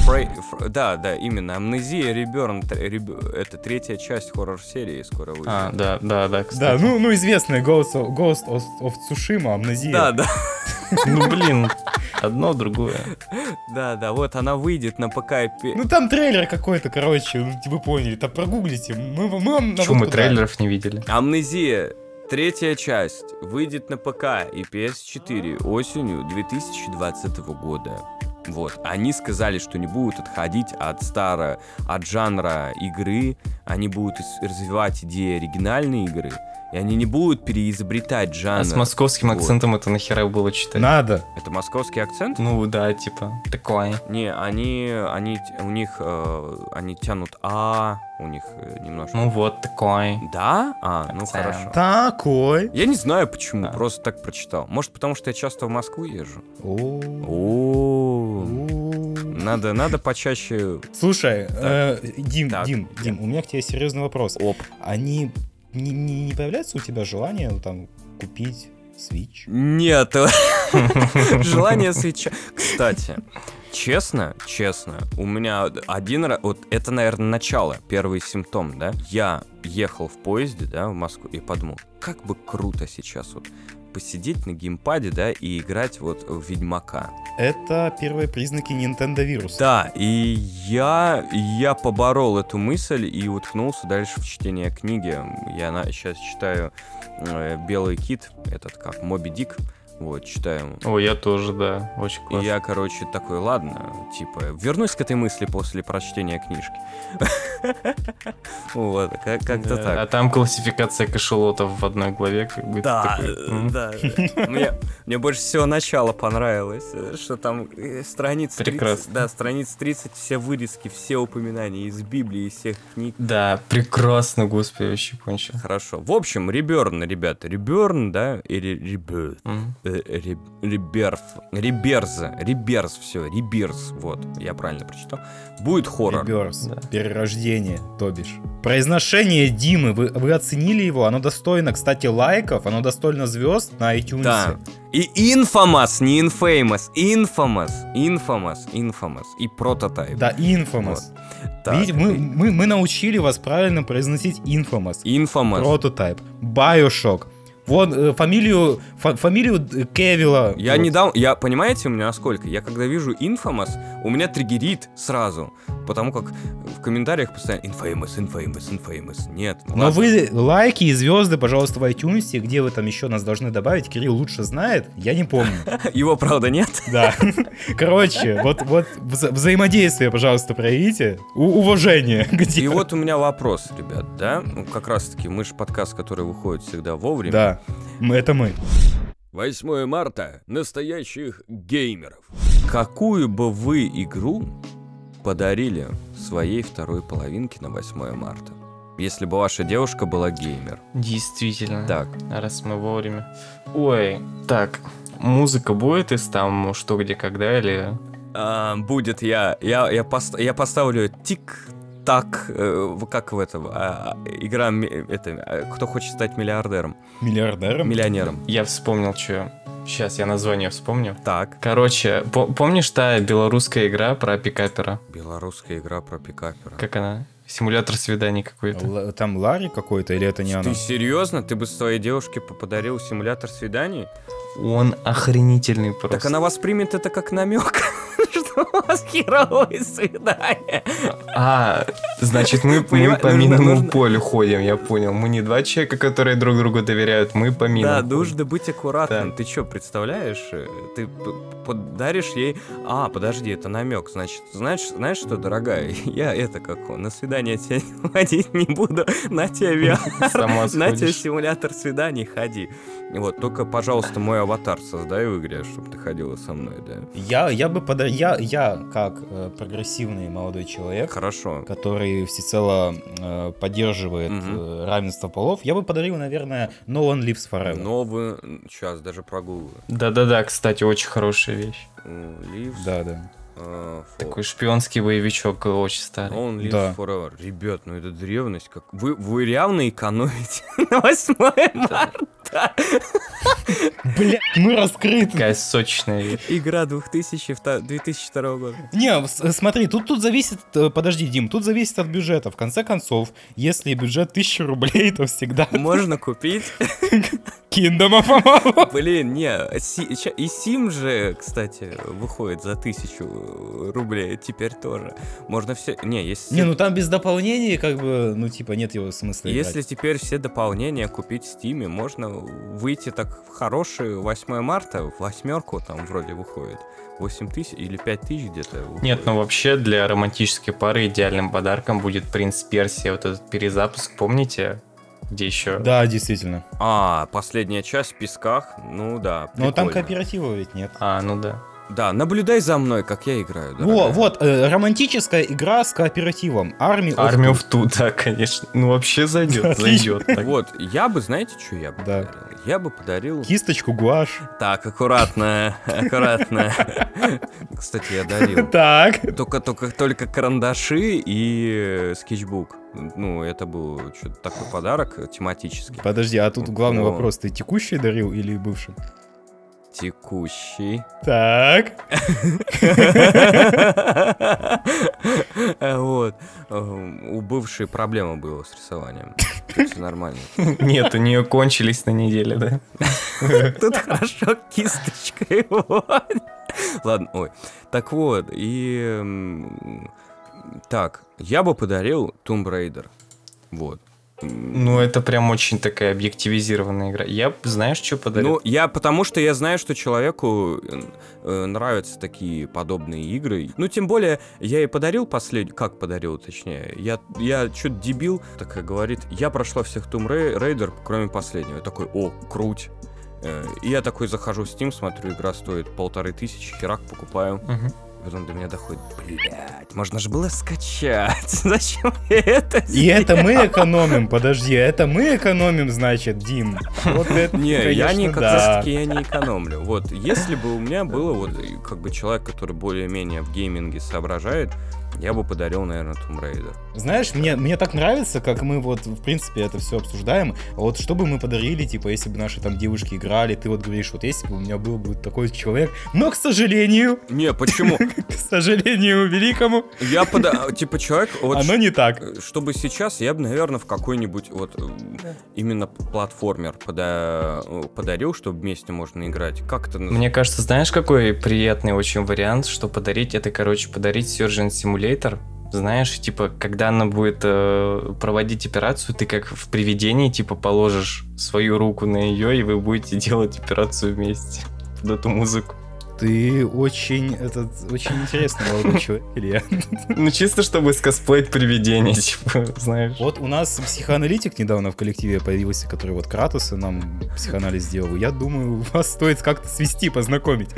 S1: Фрей- фр- Да, да, именно. Амнезия Реберн. Это третья часть хоррор-серии скоро выйдет.
S5: А, да, да, да, кстати.
S6: Да, ну, ну известная Ghost of, Ghost of, of Tsushima, амнезия.
S1: да, да.
S5: Ну, блин, одно другое.
S1: Да, да, вот она выйдет на ПК и пе-
S6: Ну там трейлер какой-то, короче, ну, вы поняли, там прогуглите. Мы, мы вам на
S5: Чего мы
S6: водку дали.
S5: трейлеров не видели?
S1: Амнезия. Третья часть выйдет на ПК и PS4 осенью 2020 года. Вот. Они сказали, что не будут отходить от старого, от жанра игры. Они будут ис- развивать идеи оригинальной игры. И они не будут переизобретать жанр.
S5: А с московским
S1: Вот.
S5: акцентом это нахера было читать?
S7: Надо.
S1: Это московский акцент?
S5: Ну да, типа, такое.
S1: Не, они, они, т- у них, э, они тянут А, у них э, немножко.
S5: Ну вот, такое.
S1: да? А, ну
S5: акцент.
S1: хорошо.
S7: Такой.
S1: Я не знаю почему,
S5: Да.
S1: просто так прочитал. Может, потому что я часто в Москву езжу?
S7: О.
S1: О,
S7: О.
S1: надо, надо почаще.
S6: Слушай, э, Дим,
S1: Так.
S6: Дим, Дим, у меня к тебе серьезный вопрос.
S1: Оп.
S6: Они не, не- не появляется у тебя желание ну, там купить Switch?
S1: Нет, желание свеча. Кстати, честно, честно, у меня один раз, вот это, наверное, начало, первый симптом, да? Я ехал в поезде, да, в Москву и подумал, как бы круто сейчас вот посидеть на геймпаде, да, и играть вот в Ведьмака.
S6: Это первые признаки Nintendo вируса.
S1: Да, и я, я поборол эту мысль и уткнулся дальше в чтение книги. Я сейчас читаю э, «Белый кит», этот как, «Моби Дик», Вот, читаем.
S5: О, я тоже, да. Очень
S1: И
S5: классно.
S1: я, короче, такой, ладно, типа, вернусь к этой мысли после прочтения книжки. Вот, как- как-то
S5: Да,
S1: так.
S5: А там классификация кашелотов в одной главе, как бы.
S1: Да,
S5: такой,
S1: э,
S5: м.
S1: да. Мне, мне больше всего начало понравилось, э, что там э, страница 30,
S5: Прекрасно.
S1: да, страница 30, все вырезки, все упоминания из Библии, из всех книг.
S5: Да, прекрасно, господи, вообще кончил.
S1: Хорошо. В общем, Реберн, ребята, Реберн, да, или Реберн,
S5: М.
S1: э, Реб- Реберф, Реберза, Реберз, все, Реберз, вот, я правильно прочитал. Будет хоррор.
S6: Реберс.
S5: Да.
S6: Перерождение, то бишь. Произношение Димы, вы, вы оценили его? Оно достойно, кстати, лайков, оно достойно звезд на iTunes.
S1: Да. И Infamous, не Infamous, Infamous, Infamous, Infamous и Prototype.
S6: Да, Infamous.
S1: Э, Так,
S6: Видите, мы, мы, мы научили вас правильно произносить Infamous.
S1: Infamous.
S6: Прототайп. Bioshock. Вон э, фамилию, фа- фамилию э, Кевилла.
S1: Я
S6: Вот.
S1: не дам, я понимаете, у меня сколько? Я когда вижу Infamous, у меня триггерит сразу, потому как в комментариях постоянно Infamous, Infamous, Infamous. Нет. ну
S6: Но вы лайки и звезды, пожалуйста, в iTunes, где вы там еще нас должны добавить, Кирилл лучше знает, я не помню.
S1: его правда нет.
S6: Да. Короче, вот, вот вза- взаимодействие, пожалуйста, проявите. У- уважение. Где?
S1: И вот у меня вопрос, ребят, да? Ну, как раз таки, мы же подкаст, который выходит всегда вовремя.
S6: Да, мы- это мы.
S1: 8 марта. Настоящих геймеров. Какую бы вы игру подарили своей второй половинке на 8 марта? Если бы ваша девушка была геймер.
S5: Действительно.
S1: Так,
S5: Раз мы вовремя. Ой, так, музыка будет из там что, где, когда, или...
S1: А, будет я. Я, я, пос- я поставлю тик так, как в этом, а, игра, ми- это, а, кто хочет стать миллиардером,
S6: Миллиардером.
S1: миллионером.
S5: Я вспомнил, что... Сейчас я название вспомню.
S1: Так,
S5: Короче, по- помнишь та белорусская игра про пикапера?
S1: белорусская игра про пикапера.
S5: Как она? Симулятор свиданий какой-то.
S6: Л- Там Ларри какой-то или это не она?
S1: Ты серьезно? Ты бы своей девушке по- подарил симулятор свиданий?
S5: Он охренительный просто.
S1: Так она воспримет это как намек, что у вас херовое свидание.
S5: А, значит, мы, мы
S1: Понимаю,
S5: по
S1: нужно-
S5: минному
S1: нужно-
S5: полю ходим, я понял. Мы не два человека, которые друг другу доверяют, мы по минам.
S1: Да,
S5: ходим.
S1: нужно быть аккуратным.
S5: Да.
S1: Ты что, представляешь? Э, Ты п- подаришь ей... А, подожди, это намек. Значит, знаешь, знаешь что, дорогая? Я это как он, на свидание тебя не водить не буду. На тебе
S5: Сама
S1: VR, на тебе
S5: сходишь.
S1: симулятор свиданий, ходи. Вот, только, пожалуйста, мой аватар создай в игре, чтобы ты ходила со мной, да?
S6: Я, я бы подар... я, я как э, прогрессивный молодой человек,
S1: Хорошо.
S6: который всецело э, поддерживает
S1: Мгм.
S6: э, равенство полов, я бы подарил, наверное, No One Lives Forever.
S1: Ну. Новый... Сейчас, даже прогуглю.
S5: Да-да-да, кстати, очень хорошая вещь.
S1: Э, Leaves,
S6: Да, да.
S1: э, for-
S5: Такой шпионский боевичок э, очень старый.
S1: Он lives
S6: Да.
S1: forever. Ребят, ну это древность. Как... Вы, вы реально экономите на 8 марта.
S6: Блять, мы раскрыты.
S5: Такая сочная вещь.
S1: Игра 2002 2002 года.
S6: Не, с- смотри, тут, тут зависит, э, подожди, Дим, тут зависит от бюджета. В конце концов, если бюджет 1000 рублей, то всегда
S1: Можно купить.
S6: киндома помалу.
S1: Блин, не. си- ща- И Сим же, кстати, выходит за тысячу рублей теперь тоже. Можно все... Не, если...
S6: Не, ну там без дополнений, как бы, ну типа нет его смысла
S1: Если
S6: играть.
S1: теперь все дополнения купить в Стиме, можно выйти так в хорошие 8 марта, в восьмерку там вроде выходит. 8 тысяч или 5 тысяч где-то.
S5: Нет,
S1: выходит.
S5: ну вообще для романтической пары идеальным подарком будет «Принц Персия». Вот этот перезапуск, помните? Где еще?
S6: Да, действительно.
S1: А, последняя часть в песках. Ну да.
S6: Но там
S1: прикольно.
S6: кооператива ведь нет.
S5: А, ну да.
S1: Да, наблюдай за мной, как я играю.
S6: Во,
S1: дорогая.
S6: вот, э, романтическая игра с кооперативом. Армию.
S5: Армию в ту, да, конечно. Ну вообще зайдет,
S6: Отлично.
S5: зайдет. Так.
S1: Вот, я бы, знаете, что я бы
S6: Да.
S1: подарил? Я бы подарил...
S6: Кисточку, гуашь.
S1: Так, аккуратно, аккуратно. Кстати, я дарил.
S6: Так.
S1: Только, только, только карандаши и э, скетчбук. Ну, это был что-то такой подарок тематический.
S6: Подожди, а тут главный
S1: Во.
S6: вопрос. Ты текущий дарил или бывший?
S1: Текущий.
S6: Так.
S1: Вот. Эм, У бывшей проблема была с рисованием. Все нормально.
S5: Нет, у нее кончились на неделе, да?
S1: Тут хорошо кисточкой. вот. Ладно, ой. Так вот, и... эм, Так, я бы подарил Tomb Raider. Вот.
S5: Ну, это прям очень такая объективизированная игра. Я, б- знаешь, что подарил?
S1: Ну, я потому что я знаю, что человеку э, э, нравятся такие подобные игры. Ну, тем более, я и подарил последний... Как подарил, точнее. Я, я что-то дебил, такая говорит, я прошла всех Tomb Ra- Raider, кроме последнего. Я такой, о, круть. Э, И я такой захожу в Steam, смотрю, игра стоит полторы тысячи, херак покупаю.
S5: Мгм.
S1: Потом до меня доходит, блядь, можно же было скачать. Зачем я это
S6: И это мы экономим, подожди, это мы экономим, значит, Дим. Вот это,
S1: Не, я
S6: конечно,
S1: не как
S6: да.
S1: раз таки я не экономлю. Вот, если бы у меня было вот и как бы человек, который более-менее в гейминге соображает, я бы подарил, наверное, Tomb Raider.
S6: Знаешь, мне, мне так нравится, как мы вот, в принципе, это все обсуждаем. А вот что бы мы подарили, типа, если бы наши там девушки играли, ты вот говоришь, вот если бы у меня был бы такой человек, но, к сожалению,
S1: Не, почему?
S6: к сожалению великому,
S1: Я пода... Типа человек... Вот
S6: оно не так.
S1: ш- чтобы сейчас, я бы, наверное, в какой-нибудь вот э, именно платформер пода- э, подарил, чтобы вместе можно играть. Как это называется?
S5: Мне кажется, знаешь, какой приятный очень вариант, что подарить? Это, короче, подарить Surgeon Simulator. Знаешь, типа, когда она будет э, проводить операцию, ты как в привидении, типа, положишь свою руку на ее, и вы будете делать операцию вместе под эту музыку.
S6: Ты очень, этот, очень интересный молодой человек, Илья.
S5: Ну, чисто чтобы скосплеить привидение, типа, знаешь.
S6: Вот у нас психоаналитик недавно в коллективе появился, который вот Кратуса нам психоанализ сделал. Я думаю, вас стоит как-то свести, познакомить.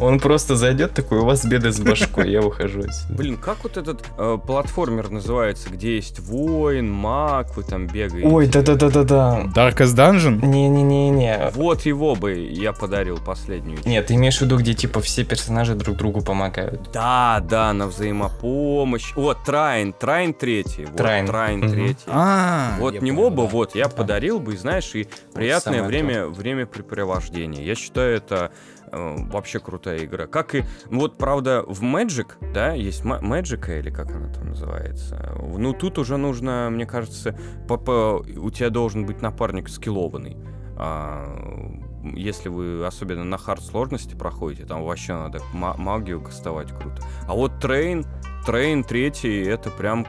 S5: Он просто зайдет такой, у вас беды с башкой, я выхожу отсюда.
S1: Блин, как вот этот э, платформер называется, где есть воин, маг, вы там бегаете?
S5: Ой, да-да-да-да-да.
S6: Darkest Dungeon?
S5: Не-не-не-не.
S1: Вот его бы я подарил последнюю.
S5: Нет, ты имеешь в виду, где, типа, все персонажи друг другу помогают.
S1: Да, да, на взаимопомощь. Вот, Трайн, Трайн третий. Вот,
S5: Трайн.
S1: Трайн.
S5: Мгм.
S1: третий.
S6: А,
S1: Вот
S6: я
S1: него
S6: понял,
S1: бы
S6: да.
S1: вот я подарил бы, и, знаешь, и приятное
S5: самое то.
S1: время, времяпрепровождение. Я считаю, это э, вообще крутая игра. Как и, ну вот, правда, в Magic, да, есть Ма- Magic, или как она там называется. Ну, тут уже нужно, мне кажется, по- по- у тебя должен быть напарник скиллованный. А, если вы особенно на хард сложности проходите, там вообще надо ма- магию кастовать круто. А вот Трейн, Трейн третий, это прям...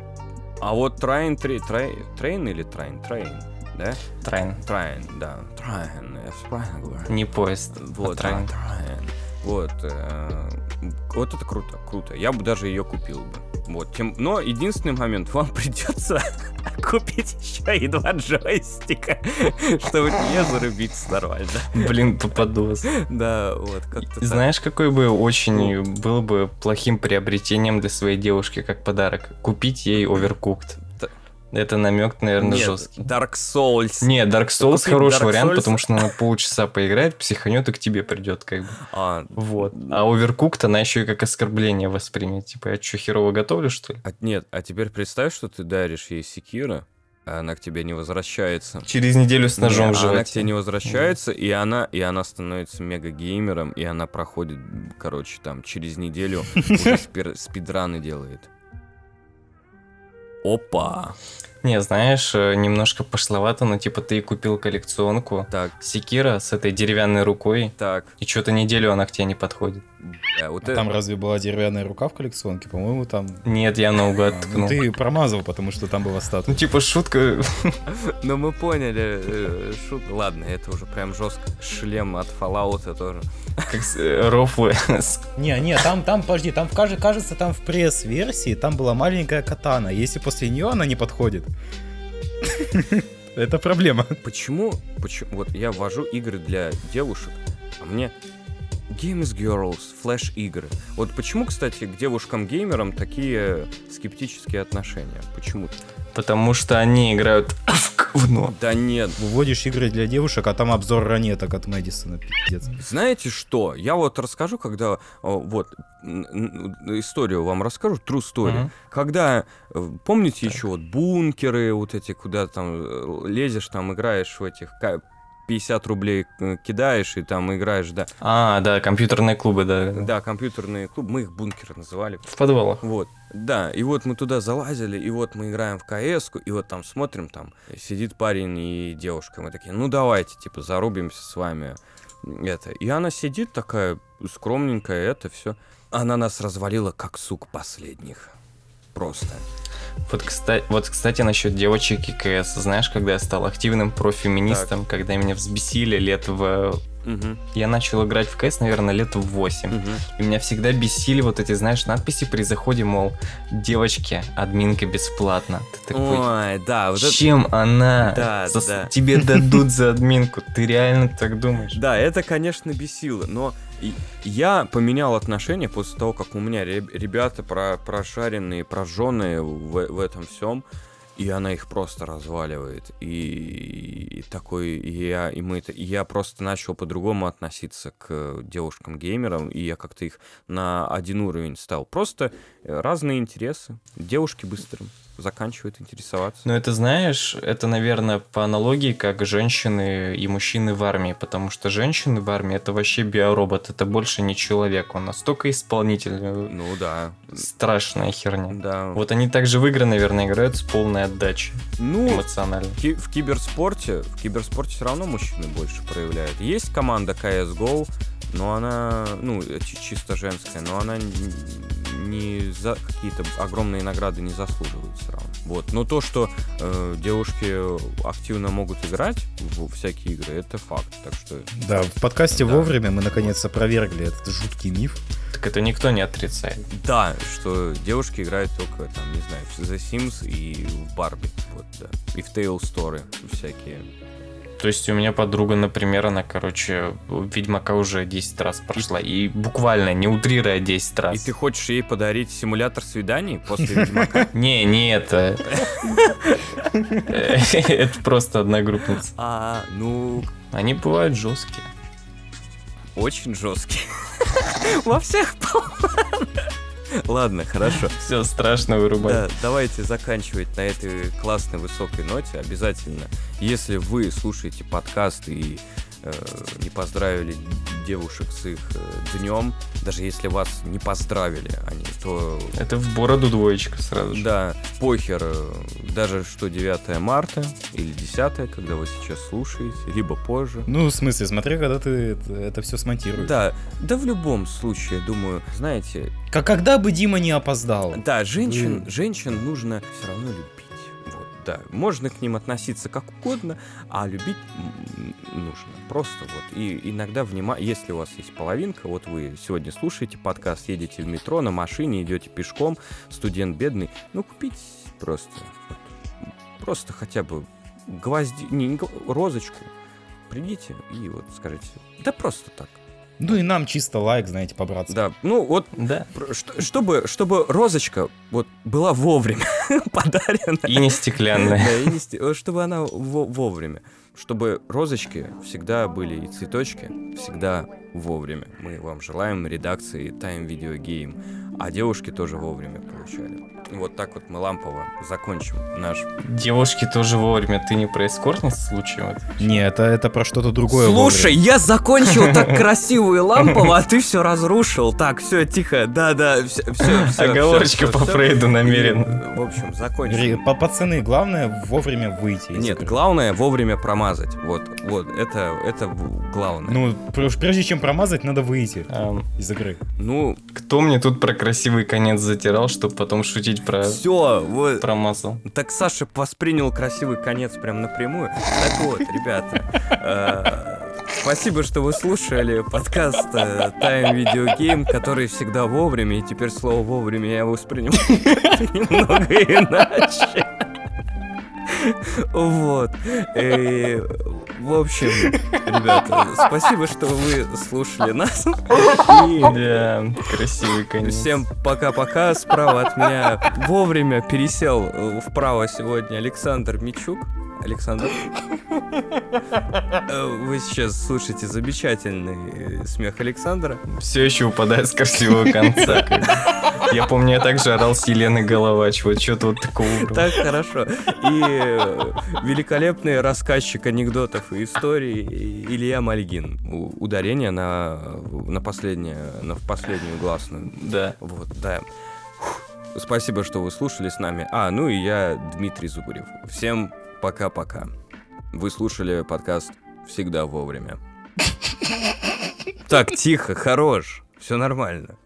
S1: А вот Трайн, три, Трей- Трейн или Трайн? Трейн, да?
S5: Трайн.
S1: Трайн, да. Трайн, я всё правильно говорю.
S5: Не поезд.
S1: Вот,
S5: а Трайн.
S1: да, Трайн. Вот, э, вот это круто, круто. Я бы даже ее купил бы. Вот, тем, но единственный момент, вам придется купить еще и два джойстика, чтобы не зарубиться нормально.
S5: Блин, попадос.
S1: Да, вот, как-то так. Ну.
S5: Знаешь, какой бы очень был бы плохим приобретением для своей девушки как подарок? Купить ей Overcooked.
S1: Т-
S5: Это намек, наверное,
S1: Нет,
S5: жесткий.
S1: Dark Souls.
S5: Не, Dark Souls
S1: Купить
S5: хороший
S1: Dark
S5: вариант,
S1: Souls.
S5: потому что она полчаса поиграет, психанет и к тебе придет, как бы.
S1: А,
S5: Вот. А Overcooked она еще и как оскорбление воспримет. Типа, я что, херово готовлю, что ли?
S1: а- нет, а теперь представь, что ты даришь ей секира, а она к тебе не возвращается.
S5: Через неделю с
S1: Не, а
S5: ножом в
S1: Она к тебе не
S5: животе.
S1: возвращается, и она, и она становится мега геймером, и она проходит, м, короче, там через неделю уже спир- спидраны делает. Опа!
S5: Не, знаешь, э, немножко пошловато, но типа ты купил коллекционку
S1: Так,
S5: Секира с этой деревянной рукой,
S1: так.
S5: и что-то неделю она к тебе не подходит.
S1: э, вот
S6: А
S1: э-
S6: Там разве была деревянная рука в коллекционке? По-моему, там...
S5: Нет, я
S6: А,
S5: наугад
S6: ну
S5: ткнул.
S6: ты промазал, потому что там была
S5: Ну,
S6: статуя.
S5: типа, шутка.
S1: Ну мы поняли, э, шут- Ладно, это уже прям жестко. Шлем от Fallout тоже.
S5: Как с- э, рофлы. с-
S6: Не, не, там, там, подожди, там, в каже- кажется, там в пресс-версии там была маленькая катана. Если после нее она не подходит, это проблема.
S1: Почему, почему, вот я ввожу игры для девушек, а мне Games Girls, флеш-игры. Вот почему, кстати, к девушкам-геймерам такие скептические отношения? Почему?
S5: Потому что они играют в говно.
S1: Да нет.
S6: Выводишь игры для девушек, а там обзор ранеток от Мэдисона, пиздец.
S1: Знаете что? Я вот расскажу, когда... э, Вот, н- н- историю вам расскажу, true story.
S5: Мгм.
S1: Когда, э, помните еще вот бункеры, вот эти, куда там э, лезешь, там играешь в этих... ка- 50 рублей э, кидаешь и там играешь, да.
S5: А, да, компьютерные клубы, да.
S1: Да, компьютерные клубы, мы их бункеры называли.
S5: В подвалах.
S1: Вот, да, и вот мы туда залазили, и вот мы играем в кс и вот там смотрим, там сидит парень и девушка, мы такие, ну давайте, типа, зарубимся с вами, это. И она сидит такая скромненькая, это все. Она нас развалила, как сук последних. просто.
S5: Вот, кстати, вот, кстати, насчет девочек и КС. Знаешь, когда я стал активным профеминистом, когда меня взбесили лет в...
S1: Мгм,
S5: Я начал играть в КС, наверное, лет в 8.
S1: мгм.
S5: И меня всегда бесили вот эти, знаешь, надписи при заходе, мол, девочки, админка бесплатно. Ты такой,
S1: Ой, да, вот это-
S5: чем она?
S1: Да,
S5: Зас-
S1: да.
S5: Тебе дадут за админку. Ты реально так думаешь?
S1: Да, это, конечно, бесило, но и- я поменял отношение после того, как у меня реб- ребята про- прошаренные, прожженные в, в этом всем, и она их просто разваливает. И, и такой, и я, и мы, это- и я просто начал по-другому относиться к девушкам-геймерам, и я как-то их на один уровень стал. Просто э, разные интересы. Девушки быстро заканчивают интересоваться.
S5: Ну, это знаешь, это, наверное, по аналогии, как женщины и мужчины в армии, потому что женщины в армии это вообще биоробот, это больше не человек, он настолько исполнитель,
S1: Ну да,
S5: страшная херня.
S1: да.
S5: Вот они также в игры, наверное, играют с полной отдачей
S1: ну,
S5: эмоционально.
S1: Ки- в киберспорте, в киберспорте все равно мужчины больше проявляют. Есть команда CSGO, но она, ну, чи- чисто женская, но она н- не за какие-то огромные награды не заслуживает все равно. Вот. Но то, что э, девушки активно могут играть в всякие игры, это факт. Так что
S7: Да, в подкасте
S1: Да.
S7: вовремя мы наконец опровергли этот жуткий миф.
S5: Так это никто не отрицает.
S1: да, что девушки играют только, там, не знаю, в The Sims и в Барби. Вот, да. И в Tale Story всякие.
S5: То есть у меня подруга, например, она, короче, Ведьмака уже 10 раз прошла. И буквально, не утрируя 10 раз.
S1: И ты хочешь ей подарить симулятор свиданий после Ведьмака?
S5: Не, не это. Это просто одногруппница.
S1: А, ну,
S5: Они бывают жесткие.
S1: очень жесткий. Во всех планах. Ладно, хорошо.
S5: Все страшно вырубать.
S1: Да, давайте заканчивать на этой классной высокой ноте. Обязательно, если вы слушаете подкаст и э, не поздравили девушек с их днем, даже если вас не поздравили они, то
S5: Это в бороду двоечка сразу же.
S1: да, похер, э, даже что 9 марта или 10, когда вы сейчас слушаете, либо позже.
S7: Ну, в смысле, смотри, когда ты это, все смонтируешь.
S1: Да, да в любом случае, думаю, знаете,
S7: Как когда бы Дима не опоздал.
S1: Да, женщин,
S7: Блин.
S1: женщин нужно все равно любить. Вот, да. Можно к ним относиться как угодно, а любить м, нужно. Просто вот. И иногда внимание, если у вас есть половинка, вот вы сегодня слушаете подкаст, едете в метро, на машине, идете пешком, студент бедный, ну купить просто. вот, просто хотя бы гвозди, не, не гв- розочку. Придите и вот скажите. Да просто так.
S7: Ну и нам чисто лайк, знаете, по-братски.
S1: Да, ну вот
S5: Да.
S1: Про- что- Чтобы, чтобы розочка вот была вовремя подарена.
S5: И не стеклянная.
S1: Да, и не сте- Чтобы она во- вовремя. Чтобы розочки всегда были и цветочки всегда вовремя. Мы вам желаем редакции Time Video Game. А девушки тоже вовремя получали. Вот так вот мы лампово закончим наш...
S5: Девушки тоже вовремя. Ты не про эскортность случай?
S7: Не, это, это про что-то другое.
S1: Слушай, я закончил так красиво и лампово, а ты все разрушил. Так, все, тихо, да-да, все, все,
S5: Оговорочка по Фрейду намеренно.
S1: В общем,
S7: Вовремя.
S1: закончим.
S7: Ри- па- Пацаны, главное вовремя выйти. из
S1: Нет,
S7: игры.
S1: главное вовремя промазать. Вот, вот, это, это в- главное.
S7: Ну, пр- прежде чем промазать, надо выйти
S5: Эм,
S7: из игры.
S1: Ну,
S5: Кто мне тут про красивый конец затирал, чтобы потом шутить про
S1: все, вот.
S5: промазал?
S1: Так Саша воспринял красивый конец прям напрямую. Так вот, ребята, э, спасибо, что вы слушали подкаст э, Time Video Game, который всегда вовремя, и теперь слово вовремя я воспринимаю немного иначе. Вот. Э, В общем, ребята, спасибо, что вы слушали нас. И
S5: Да, красивый конец.
S1: Всем пока-пока. Справа от меня вовремя пересел э, вправо сегодня Александр Мичук. Александр. Э, Вы сейчас слушаете замечательный э, смех Александра.
S5: Все еще упадает с красивого конца. как бы. Я помню, я также орал с Еленой Головач. Вот что-то вот такого. уровня.
S1: Так хорошо. И э, великолепный рассказчик анекдотов и историй Илья Мальгин. У- Ударение на, на, последнее, на последнюю гласную.
S5: Да.
S1: Вот, да. Фух. Спасибо, что вы слушали с нами. А, ну и я, Дмитрий Зубарев. Всем пока-пока. Вы слушали подкаст «Всегда вовремя». Так, тихо, хорош. Все нормально.